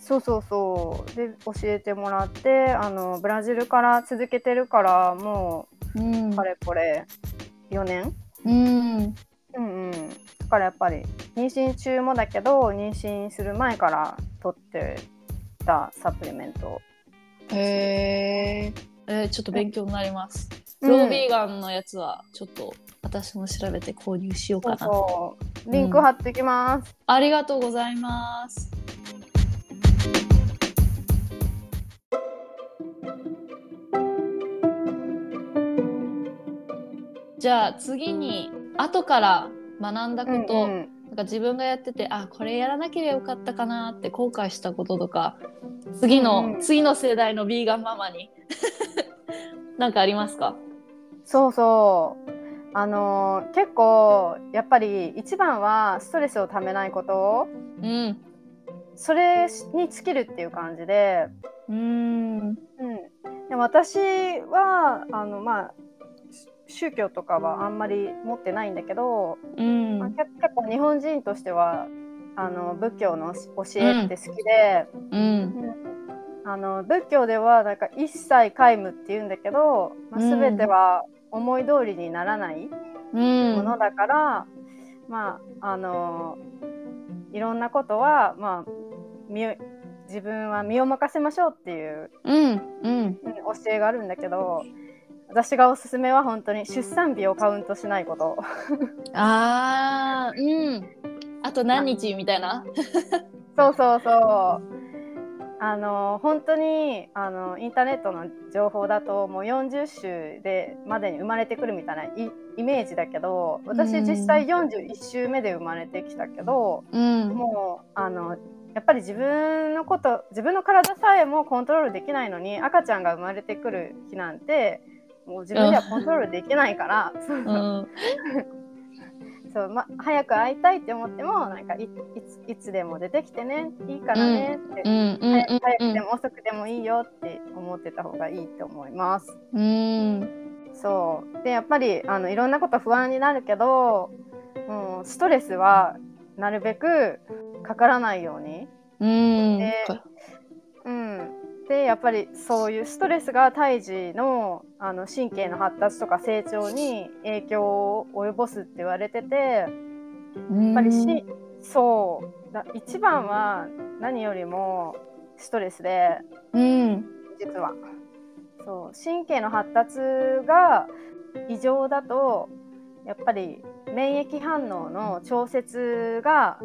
Speaker 2: そうそうそうで教えてもらってあのブラジルから続けてるからも
Speaker 1: うん
Speaker 2: うか。れこれ4年、
Speaker 1: うん。
Speaker 2: うんうん、だからやっぱり妊娠中もだけど妊娠する前から取ってたサプリメント。
Speaker 1: へえ。えー、ちょっと勉強になります。
Speaker 2: うん
Speaker 1: ロービーガンのやつはちょっと私も調べて購入しようか
Speaker 2: そう
Speaker 1: な。
Speaker 2: そうリンク貼ってきます。
Speaker 1: ありがとうございます。じゃあ次に後から学んだこと、
Speaker 2: うんうん
Speaker 1: なんか自分がやっててあこれやらなければよかったかなって後悔したこととか次の、
Speaker 2: うんうん
Speaker 1: 次の世代のビーガンママに なんかありますか
Speaker 2: そうそうあのー結構やっぱり一番はストレスをためないこと
Speaker 1: うん
Speaker 2: それに尽きるっていう感じで,、
Speaker 1: うん
Speaker 2: うん、で私はあの、まあ、し宗教とかはあんまり持ってないんだけど、
Speaker 1: うん
Speaker 2: まあ、け結構日本人としてはあの仏教の教えって好きで、
Speaker 1: うん
Speaker 2: あの仏教ではなんか一切皆無っていうんだけど、まあ、全ては思い通りにならない。
Speaker 1: うん
Speaker 2: ものだから、まああのいろんなことは、まあ、身を自分は身を任せましょうっていう、
Speaker 1: うんうん
Speaker 2: うん教えがあるんだけど私がおすすめは本当に出産日をカウントしないこと。
Speaker 1: あーうんあと何日みたいな
Speaker 2: そうそうそうあの本当にあのインターネットの情報だともう40週でまでに生まれてくるみたいないイメージだけど私実際41週目で生まれてきたけど、
Speaker 1: うん
Speaker 2: もうあのやっぱり自分のこと自分の体さえもコントロールできないのに赤ちゃんが生まれてくる日なんてもう自分ではコントロールできないから、そう
Speaker 1: う
Speaker 2: そうんそうま、早く会いたいって思ってもなんかいいついつでも出てきてねいいからねって、
Speaker 1: うんうん
Speaker 2: 早く早
Speaker 1: う
Speaker 2: くで
Speaker 1: ん
Speaker 2: も遅くでもいいよって思ってた方がいいと思います。
Speaker 1: うん
Speaker 2: そうでやっぱりあのいろんなこと不安になるけど、うん、ストレスはなるべくかからないように。
Speaker 1: うん
Speaker 2: でうん、でやっぱりそういうストレスが胎児のあの神経の発達とか成長に影響を及ぼすって言われててや
Speaker 1: や
Speaker 2: っぱりし、そうだ一番は何よりもストレスで
Speaker 1: うん
Speaker 2: 実はそう神経の発達が異常だとやっぱり免疫反応の調節が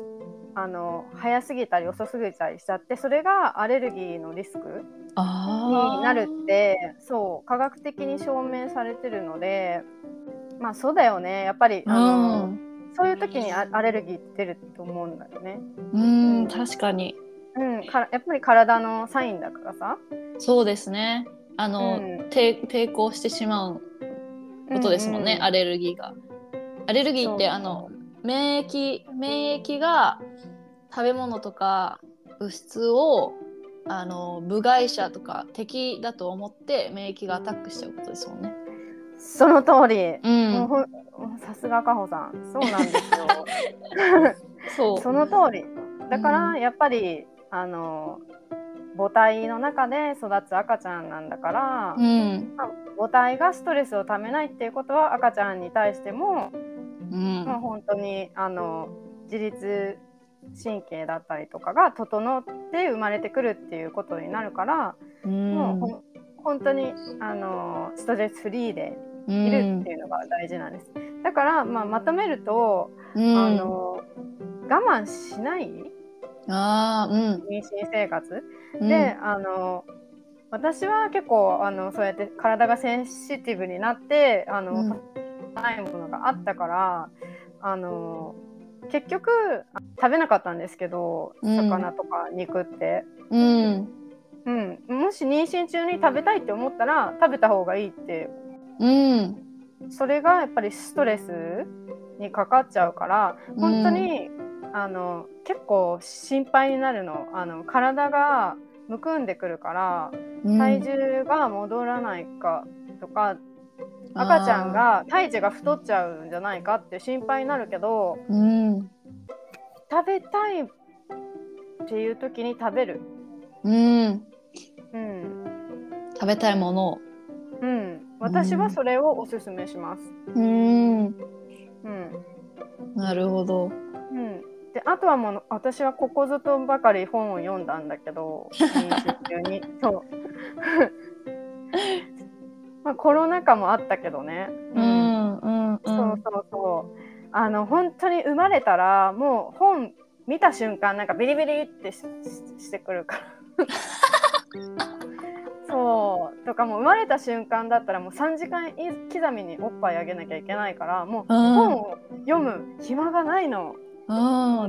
Speaker 2: あの早すぎたり遅すぎたりしちゃってそれがアレルギーのリスク
Speaker 1: あ
Speaker 2: に
Speaker 1: あ
Speaker 2: なるってそう科学的に証明されてるのでまあそうだよねやっぱりあの、
Speaker 1: う
Speaker 2: そういう時にアアレルギーって出ると思うんだよね、
Speaker 1: ん、うん、確かに
Speaker 2: うん、からやっぱり体のサインだからさ
Speaker 1: そうですねあの、
Speaker 2: う
Speaker 1: 抵抵抗してしまうことですもんね、
Speaker 2: うんうん
Speaker 1: アレルギーがアレルギーって
Speaker 2: そう
Speaker 1: あの免疫免疫が食べ物とか物質をあの部外者とか敵だと思って免疫がアタックしちゃうことですもんね。
Speaker 2: その通り、
Speaker 1: う、
Speaker 2: もうんほんもうさすがかほさんそうなんですよ
Speaker 1: そう。
Speaker 2: その通りだか
Speaker 1: う
Speaker 2: らやっぱりあの母体の中で育つ赤ちゃんなんだから、
Speaker 1: うん、
Speaker 2: 母体がストレスをためないっていうことは赤ちゃんに対しても
Speaker 1: うん、
Speaker 2: まあ、本当にあの自律神経だったりとかが整って生まれてくるっていうことになるから、もうほん本当にあのストレスフリーで
Speaker 1: うん
Speaker 2: いるっていうのが大事なんです。だから、まあ、まとめると、
Speaker 1: うん
Speaker 2: あの我慢しない妊
Speaker 1: あーうん
Speaker 2: 娠生活
Speaker 1: うん
Speaker 2: で、あの私は結構あのそうやって体がセンシティブになってあの、
Speaker 1: うん
Speaker 2: ないものがあったからあの結局食べなかったんですけど
Speaker 1: うん
Speaker 2: 魚とか肉って、
Speaker 1: うん
Speaker 2: うんもし妊娠中に食べたいって思ったら食べた方がいいって
Speaker 1: うん
Speaker 2: それがやっぱりストレスにかかっちゃうから本当に、あの結構心配になるのあの体がむくんでくるから体重が戻らないかとか、赤ちゃんが体重が太っちゃうんじゃないかって心配になるけど
Speaker 1: うん
Speaker 2: 食べたいっていう時に食べる
Speaker 1: うん
Speaker 2: うん、
Speaker 1: 食べたいものを
Speaker 2: うん、私はそれをおすすめします
Speaker 1: うん
Speaker 2: うん、
Speaker 1: なるほど
Speaker 2: うん、であとはもう私はここぞとばかり本を読んだんだけど妊娠 中にそう まあコロナ禍もあったけどね
Speaker 1: うんうんうん
Speaker 2: そうそうそう。あの本当に生まれたらもう本見た瞬間なんかビリビリってしししてく るから。そうとかもう生まれた瞬間だったらもう3時間い刻みにおっぱいあげなきゃいけないからもう
Speaker 1: うん
Speaker 2: 本を読む暇がないの。
Speaker 1: う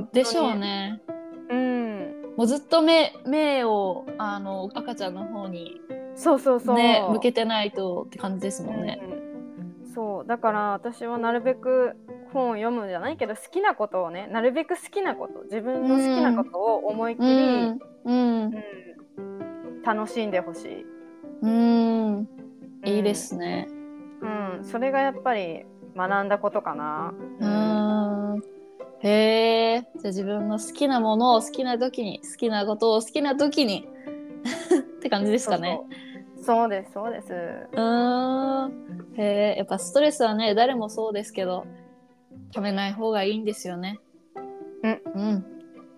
Speaker 1: んでしょうね
Speaker 2: うん。
Speaker 1: もうずっと目目をあの赤ちゃんの方に
Speaker 2: そうそうそう。
Speaker 1: ね向けてないとって感じですもんね。
Speaker 2: うんそうだから私はなるべく本を読むんじゃないけど好きなことをねなるべく好きなこと自分の好きなことを思いっき
Speaker 1: う
Speaker 2: り、
Speaker 1: んうん
Speaker 2: うん楽しんでほしい、
Speaker 1: うんいいで、すね。
Speaker 2: うん、それがやっぱり学んだことかな、
Speaker 1: う、んへえじゃあ自分の好きなものを好きな時に好きなことを好きな時に って感じですかね。
Speaker 2: そうそうそうですそうです
Speaker 1: うんへえやっぱストレスはね誰もそうですけどためない方がいいんですよね。
Speaker 2: うん
Speaker 1: うん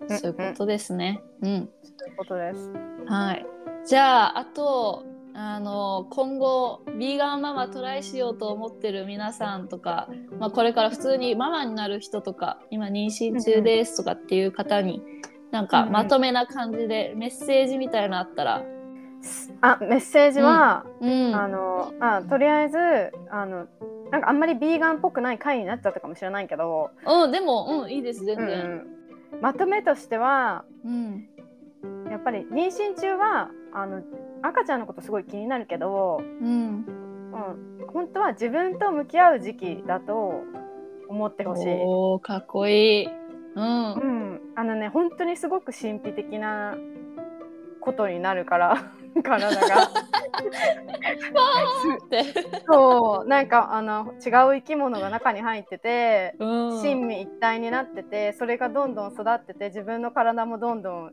Speaker 1: そういうことですね。うん
Speaker 2: ということです
Speaker 1: はい。じゃあ、あと、あの、今後、ビーガンママトライしようと思ってる皆さんとか、まあ、これから普通にママになる人とか、今妊娠中ですとかっていう方に、なん
Speaker 2: うん
Speaker 1: か
Speaker 2: うん
Speaker 1: まとめな感じでメッセージみたいなのあったら、
Speaker 2: あメッセージは、
Speaker 1: うん。
Speaker 2: あのあとりあえずあのなんかあんまりビーガンっぽくない回になっちゃったかもしれないけど、
Speaker 1: うん、でも、うん、いいです、全
Speaker 2: うん
Speaker 1: 然。
Speaker 2: うんまとめとしては
Speaker 1: うん。
Speaker 2: やっぱり妊娠中はあの赤ちゃんのことすごい気になるけど、
Speaker 1: うん。
Speaker 2: うん、本当は自分と向き合う時期だと思ってほしい。
Speaker 1: おー、かっこいい。うん。う
Speaker 2: うん、あのね本当にすごく神秘的なことになるから 体が
Speaker 1: って。
Speaker 2: そうなんかあの違う生き物が中に入ってて
Speaker 1: うん。
Speaker 2: 心身一体になっててそれがどんどん育ってて自分の体もどんどん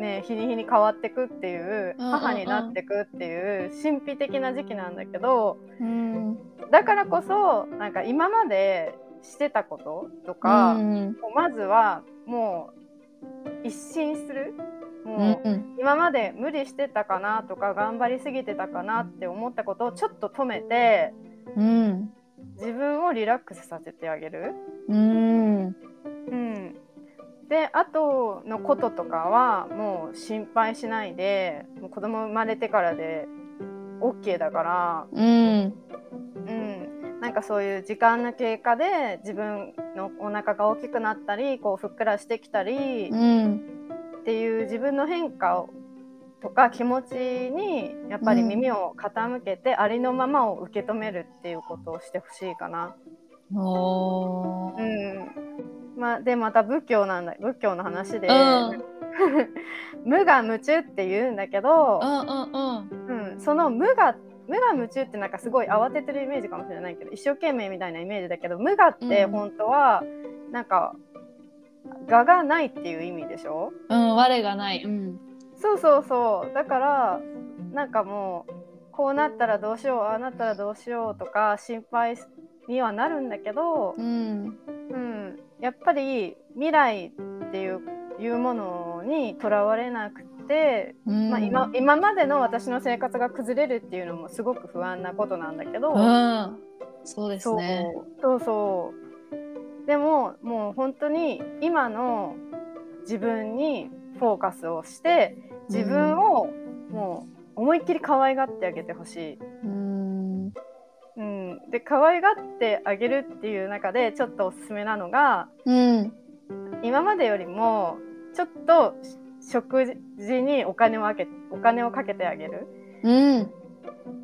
Speaker 2: ね日に日に変わってくっていう
Speaker 1: うんうん
Speaker 2: 母になってくっていう神秘的な時期なんだけど
Speaker 1: うん。
Speaker 2: だからこそなんか今までしてたこととか、
Speaker 1: うん。
Speaker 2: もうまずはもう一新するもう
Speaker 1: うん。
Speaker 2: 今まで無理してたかなとか頑張りすぎてたかなって思ったことをちょっと止めて
Speaker 1: うん。
Speaker 2: 自分をリラックスさせてあげる。
Speaker 1: うん。
Speaker 2: うん、であとのこととかはもう心配しないでもう子供生まれてからで OK だから、
Speaker 1: うん。
Speaker 2: うん、なんかそういう時間の経過で自分のお腹が大きくなったりこうふっくらしてきたり、
Speaker 1: うん、
Speaker 2: っていう自分の変化をとか気持ちにやっぱり耳を傾けて、ありのままを受け止めるっていうことをしてほしいかな。
Speaker 1: お
Speaker 2: う
Speaker 1: ー
Speaker 2: んまあ、でまた仏教なんだ仏教の話で、
Speaker 1: うん
Speaker 2: 無我夢中って言うんだけど
Speaker 1: う、んうんうん
Speaker 2: うん、その無我無我夢中ってなんかすごい慌ててるイメージかもしれないけど一生懸命みたいなイメージだけど無我って本当はなんか我がないっていう意味でしょ、
Speaker 1: うん我がないうん
Speaker 2: そうそうそうだからなんかもうこうなったらどうしようああなったらどうしようとか心配にはなるんだけど
Speaker 1: う、ん
Speaker 2: うん、やっぱり未来っていういうものにとらわれなくて、
Speaker 1: うん
Speaker 2: まあ、今今までの私の生活が崩れるっていうのもすごく不安なことなんだけど、
Speaker 1: うん、そうです
Speaker 2: そう
Speaker 1: ね。
Speaker 2: そうそうでももう本当に今の自分にフォーカスをして自分をもう思いっきり可愛がってあげてほしい。
Speaker 1: うん、
Speaker 2: うん、で可愛がってあげるっていう中でちょっとおすすめなのが
Speaker 1: うん、
Speaker 2: 今までよりもちょっと食事にお金をあけお金をかけてあげる。
Speaker 1: うん、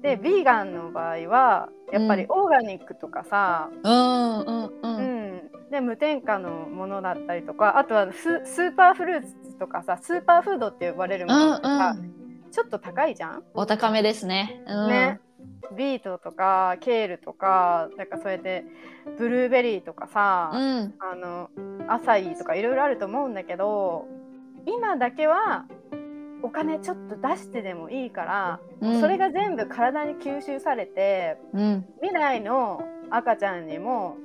Speaker 2: でビーガンの場合はやっぱ
Speaker 1: う
Speaker 2: り
Speaker 1: ん
Speaker 2: オーガニックとかさ、
Speaker 1: うん、うん、う、
Speaker 2: うんん、で無添加のものだったりとかあとはススーパーフルーツとかさスーパーフードって呼ばれるものと
Speaker 1: うん
Speaker 2: か、
Speaker 1: うん
Speaker 2: ちょっと高いじゃん、
Speaker 1: お高めですね。うん、
Speaker 2: ねビートとかケールとかなんかそうやってブルーベリーとかさ、
Speaker 1: うん、
Speaker 2: あのアサイとかいろいろあると思うんだけど今だけはお金ちょっと出してでもいいから、
Speaker 1: うん
Speaker 2: それが全部体に吸収されて
Speaker 1: うん、
Speaker 2: 未来の赤ちゃんにも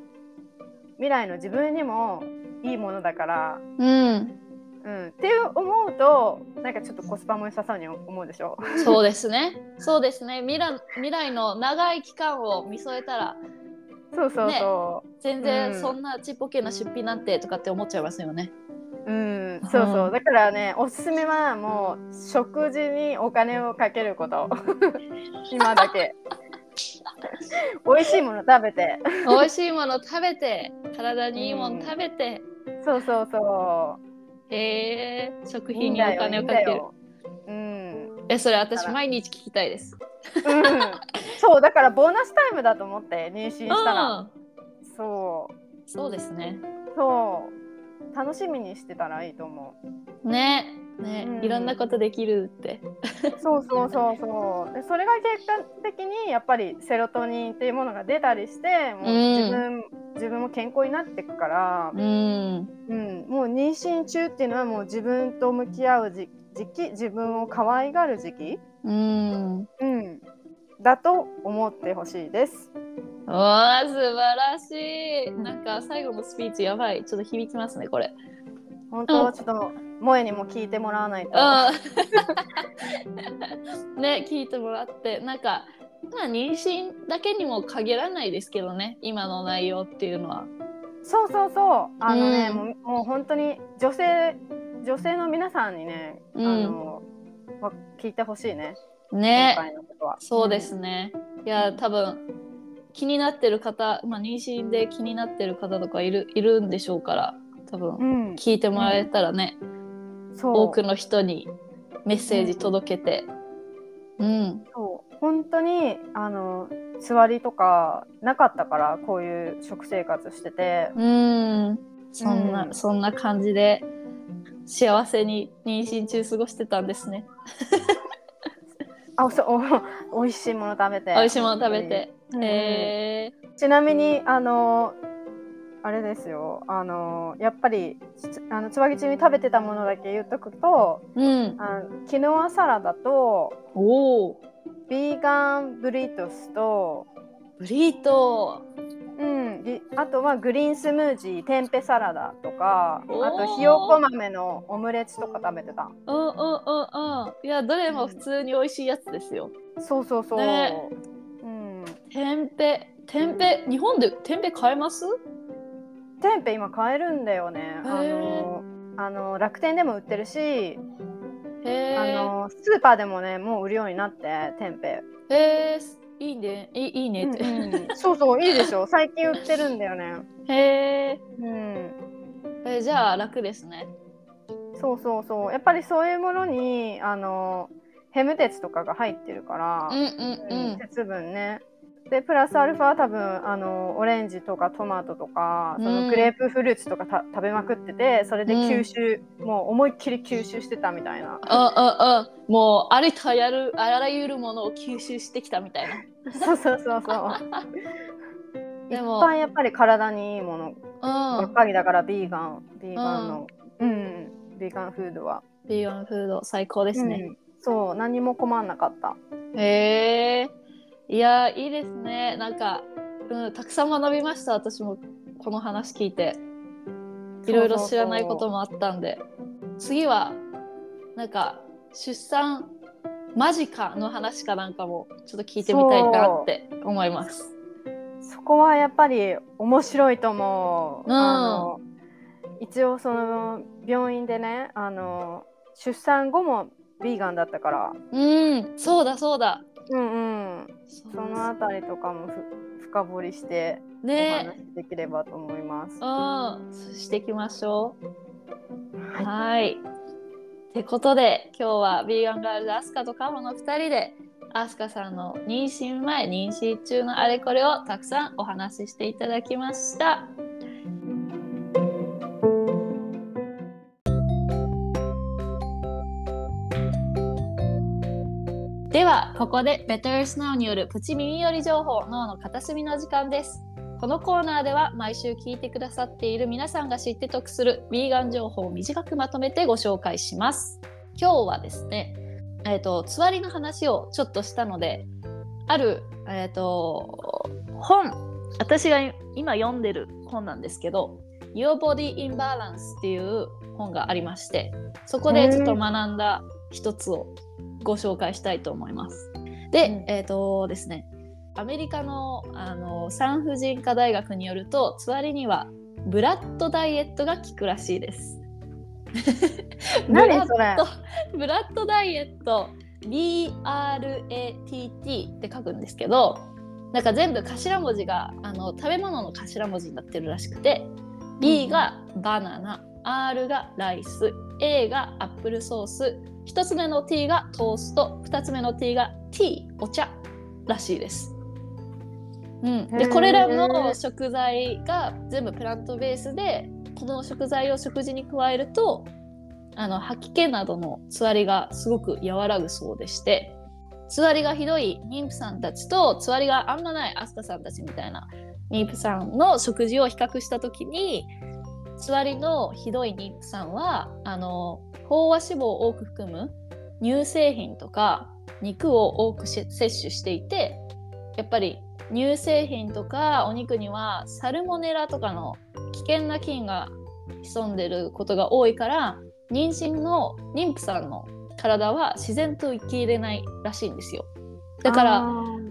Speaker 2: 未来の自分にもいいものだから、
Speaker 1: うん、
Speaker 2: うん、っていう思うとなんかちょっとコスパも良さそうに思うでしょ。
Speaker 1: そうですね。そうですね。未来、未来の長い期間を見添えたら。
Speaker 2: そうそうそう。
Speaker 1: 全
Speaker 2: う
Speaker 1: 然
Speaker 2: ん
Speaker 1: そんなちっぽけな出費なんてとかって思っちゃいますよ ね。
Speaker 2: うん、そうそううんだからねおすすめはもう食事にお金をかけること 今だけ 美味しいもの食べて
Speaker 1: 美味しいもの食べて、体にいいもの食べて、
Speaker 2: そうそうそ
Speaker 1: えー、食
Speaker 2: ういい
Speaker 1: 品
Speaker 2: ん
Speaker 1: にお
Speaker 2: だよ
Speaker 1: 金
Speaker 2: いい
Speaker 1: を
Speaker 2: ん
Speaker 1: か
Speaker 2: だ
Speaker 1: ける。
Speaker 2: ようん、うん、
Speaker 1: え、それ私毎日聞きたいです。
Speaker 2: そうだからボーナスタイムだと思って妊娠し
Speaker 1: う
Speaker 2: たら、
Speaker 1: ん、
Speaker 2: そ
Speaker 1: そうですね。
Speaker 2: うそう楽しみにしてたらいいと思う
Speaker 1: ね、ね
Speaker 2: う、ん
Speaker 1: いろんなことできるって。
Speaker 2: そうそうそうそうでそれが結果的にやっぱりセロトニンっていうものが出たりしてもう自分、自分も健康になっていくから、
Speaker 1: うん、
Speaker 2: うん、もう妊娠中っていうのはもう自分と向き合う時時期自分を可愛がる時期、
Speaker 1: うん、
Speaker 2: うん、だと思ってほしいです。
Speaker 1: わあ、素晴らしい。なんか最後のスピーチやばい、ちょっと響きますね、これ。
Speaker 2: 本当
Speaker 1: う
Speaker 2: は
Speaker 1: ん
Speaker 2: ちょっと萌えにも聞いてもらわないと。
Speaker 1: うん。 ね、聞いてもらって、なんか、まあ、妊娠だけにも限らないですけどね、今の内容っていうのは。
Speaker 2: そうそうそう。あのね、
Speaker 1: うん
Speaker 2: もうもう本当に女性女性の皆さんにね、
Speaker 1: うん
Speaker 2: あのわ聞いてほしいね。今
Speaker 1: ね、
Speaker 2: 回のことは。
Speaker 1: そうですね。いや、多分。気になってる方、まあ、妊娠で気になってる方とかいる、いるんでしょうから。多
Speaker 2: う
Speaker 1: 分、
Speaker 2: ん。
Speaker 1: 聞いてもらえたらね、
Speaker 2: うん、そう。
Speaker 1: 多くの人にメッセージ届けて。うん、
Speaker 2: そう本当にあの座りとかなかったからこういう食生活してて
Speaker 1: うん、そんな、
Speaker 2: うん
Speaker 1: そんな感じで。幸せに妊娠中過ごしてたんですね。
Speaker 2: あそうお 美味しいもの食べて
Speaker 1: 美味しいもの食べて。
Speaker 2: うん
Speaker 1: へえ。
Speaker 2: ちなみにあのあれですよあのやっぱりつあのつばぎちに食べてたものだけ言っとくと
Speaker 1: うん。
Speaker 2: あのキノアサラダと
Speaker 1: おお。
Speaker 2: ビーガンブリトスと、
Speaker 1: ブリート。
Speaker 2: うん、りあとはグリーンスムージーテンペサラダとかあ
Speaker 1: おー
Speaker 2: とひよこ豆のオムレツとか食べてた
Speaker 1: うんうんうんうん。いや、どれも普通に美味しいやつですよ。
Speaker 2: そうそうそう、
Speaker 1: ね
Speaker 2: うん
Speaker 1: 天ぺ。天ぺ、日本で天ぺ買えます。
Speaker 2: テンペ今買えるんだよね。あのあの楽天でも売ってるし、
Speaker 1: へ
Speaker 2: あ
Speaker 1: え。
Speaker 2: のスーパーでもねもう売るようになってテンペ。
Speaker 1: へえ。いいね、いい、いいねって。
Speaker 2: うんうんそうそういいでしょ。最近売ってるんだよね。
Speaker 1: へ
Speaker 2: うん。
Speaker 1: ーえ、じゃあ、楽ですね。
Speaker 2: そうそうそう。やっぱりそういうものにあのヘム鉄とかが入ってるから
Speaker 1: うん、うん
Speaker 2: うん鉄分ね。でプラスアルファは多分あのオレンジとかトマトとかそ
Speaker 1: うん
Speaker 2: のグレープフルーツとかた食べまくっててそれで吸収、もう思いっきり吸収してたみたいな
Speaker 1: うん。うんうんうん。もう、ありとやる、あらゆるものを吸収してきたみたいな。
Speaker 2: そうそうそうそう。
Speaker 1: で
Speaker 2: いっ
Speaker 1: も
Speaker 2: ぱいやっぱり体にいいものば
Speaker 1: うん
Speaker 2: っ。かりだから、ビーガン、ビーガンの、うん、ビーガンフードは。
Speaker 1: ビーガンフード、最高ですね。
Speaker 2: うんそう、何も困んなかった。
Speaker 1: へえいやーいいですねなんか、うん、たくさん学びました私もこの話聞いていろいろ知らないこともあったんで次はなんか出産間近の話かなんかもちょっと聞いてみたいなって思います。
Speaker 2: そこはやっぱり面白いと思う。
Speaker 1: うん
Speaker 2: あの一応その病院でねあの出産後もヴィーガンだったから、
Speaker 1: うん、そうだそうだ。
Speaker 2: うんうん、
Speaker 1: そ
Speaker 2: そのあたりとかもふ深掘りしてお
Speaker 1: ね
Speaker 2: 話しできればと思います。
Speaker 1: うん、そうしていきましょう。
Speaker 2: はい
Speaker 1: はい。ってことで今日はヴィーガンガールズアスカとカホの2人でアスカさんの妊娠前妊娠中のあれこれをたくさんお話ししていただきました。ではここで Better s n o w によるプチ耳寄り情報脳の片隅の時間です。このコーナーでは毎週聞いてくださっている皆さんが知って得するヴィーガン情報を短くまとめてご紹介します。今日はですね、えー、とつわりの話をちょっとしたのである、えー、と本私が今読んでる本なんですけど「Your Body Imbalance」っていう本がありましてそこでちょっと学んだ一つをご紹介したいと思います。で、
Speaker 2: うん
Speaker 1: えっ、とですねアメリカのあの産婦人科大学によるとつわりにはブラッドダイエットが効くらしいです。
Speaker 2: 何それ
Speaker 1: ブラッドダイエット BRATT って書くんですけどなんか全部頭文字があの食べ物の頭文字になってるらしくて B がバナナ R がライス A がアップルソース1つ目の T がトースト2つ目の T が T お茶らしいです。うん、
Speaker 2: へ
Speaker 1: で
Speaker 2: ー
Speaker 1: これらの食材が全部プラントベースでこの食材を食事に加えるとあの吐き気などのつわりがすごく和らぐそうでしてつわりがひどい妊婦さんたちとつわりがあんまないアスカさんたちみたいな妊婦さんの食事を比較した時につわりのひどい妊婦さんはあの飽和脂肪を多く含む乳製品とか肉を多くし摂取していてやっぱり乳製品とかお肉にはサルモネラとかの危険な菌が潜んでることが多いから妊娠の妊婦さんの体は自然と受け入れないらしいんですよだから
Speaker 2: あ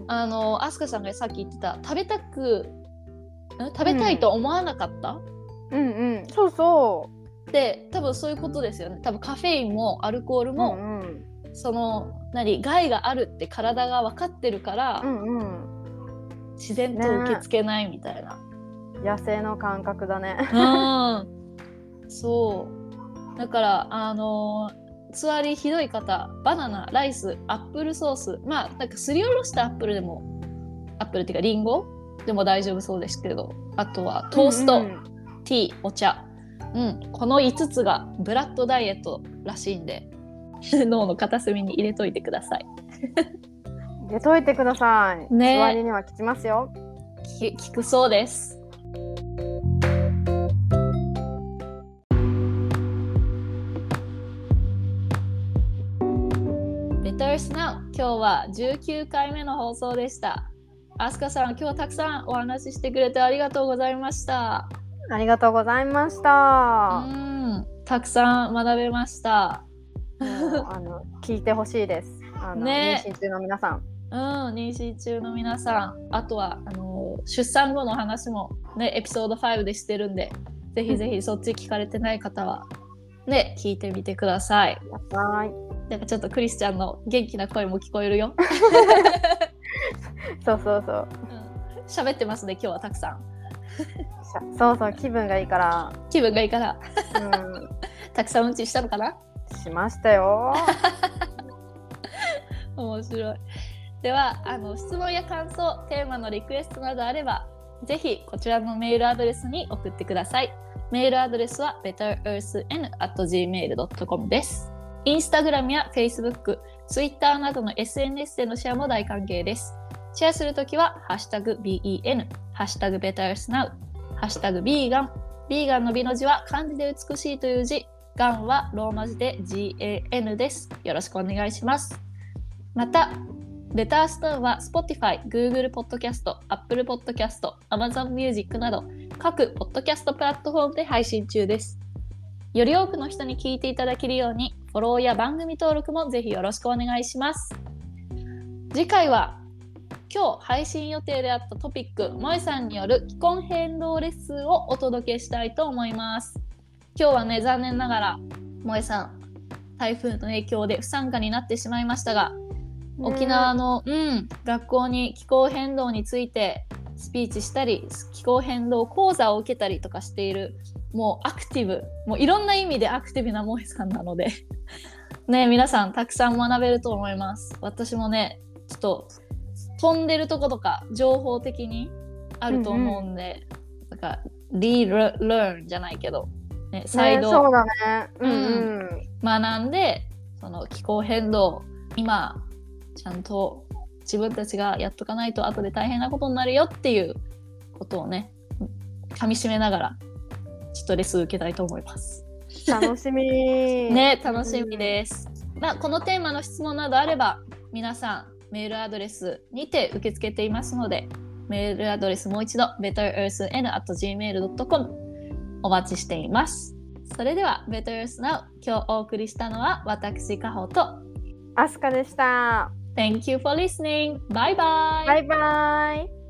Speaker 1: あのアスカさんがさっき言ってた食べたくん食べたいと思わなかった、
Speaker 2: ーうんうんそうそ
Speaker 1: で多分そういうことですよね多分カフェインもアルコール
Speaker 2: う
Speaker 1: も、
Speaker 2: うんうん
Speaker 1: その何害があるって体が分かってるから、
Speaker 2: うんうん
Speaker 1: 自然と受け付けないみたいな、
Speaker 2: 野生の感覚だね
Speaker 1: うんそうだからあのーつわりひどい方バナナライスアップルソースまあなんかすりおろしたアップルでもアップルっていうかリンゴでも大丈夫そうですけどあとはトースト、
Speaker 2: うんうん
Speaker 1: ティーお茶、うん、この5つがブラッドダイエットらしいんで 脳の片隅に入れといてください
Speaker 2: 入れといてください。
Speaker 1: ね
Speaker 2: 座りには効きますよ。
Speaker 1: き聞くそうですベトルスナウ今日は19回目の放送でしたアスカさん今日たくさんお話ししてくれてありがとうございました
Speaker 2: ありがとうございました
Speaker 1: う。んたくさん学べました
Speaker 2: もうあの聞いてほしいです。あの、
Speaker 1: ね
Speaker 2: 妊娠中の皆さん。
Speaker 1: うん、妊娠中の皆さん、あとはあの出産後の話もね、エピソード5でしてるんで、ぜひぜひそっち聞かれてない方は、ね、聞いてみてください。
Speaker 2: はー
Speaker 1: なんかちょっとクリスちゃんの元気な声も聞こえるよ。
Speaker 2: い。そうそうそう。
Speaker 1: 喋ってますね、今日はたくさん。
Speaker 2: しゃそうそう気分がいいから。
Speaker 1: 気分がいいから、
Speaker 2: う。
Speaker 1: たくさんうんちしたのかなん
Speaker 2: しました よ。
Speaker 1: 面白い。ではあの質問や感想テーマのリクエストなどあればぜひこちらのメールアドレスに送ってください。メールアドレスは betterearthn.gmail.com です。インスタグラムや Facebook、Twitter などの SNS でのシェアも大歓迎です。シェアするときは、ハッシュタグ BEN、ハッシュタグ BetterSnow、ハッシュタグ Vegan。Vegan の美の字は漢字で美しいという字、ガンはローマ字で GAN です。よろしくお願いします。また、ベタースターは Spotify、Google Podcast、Apple Podcast、Amazon Music など各ポッドキャストプラットフォームで配信中です。より多くの人に聞いていただけるように、フォローや番組登録もぜひよろしくお願いします。次回は、今日配信予定であったトピック、萌えさんによる既婚変動レッスンをお届けしたいと思います。今日はね、残念ながら、萌えさん、台風の影響で不参加になってしまいましたが、沖縄の、うん、学校に気候変動についてスピーチしたり気候変動講座を受けたりとかしているもうアクティブもういろんな意味でアクティブな萌えさんなので ね皆さんたくさん学べると思います私もねちょっと飛んでるとことか情報的にあると思うんで、なんかリー・ル・ラーンじゃないけど、ね、再度、
Speaker 2: ね、そうだねうんうん、
Speaker 1: 学んでその気候変動今ちゃんと自分たちがやっとかないと後で大変なことになるよっていうことをねかみしめながらちょっとレッスン受けたいと思います。
Speaker 2: 楽しみ ね
Speaker 1: ね楽しみです。まあこのテーマの質問などあれば皆さんメールアドレスにて受け付けていますのでメールアドレスもう一度 betterearthn.gmail.com お待ちしています。それでは Better Earth Now 今日お送りしたのは私カホと
Speaker 2: アスカでした
Speaker 1: Thank you for listening. Bye bye.
Speaker 2: バイバイ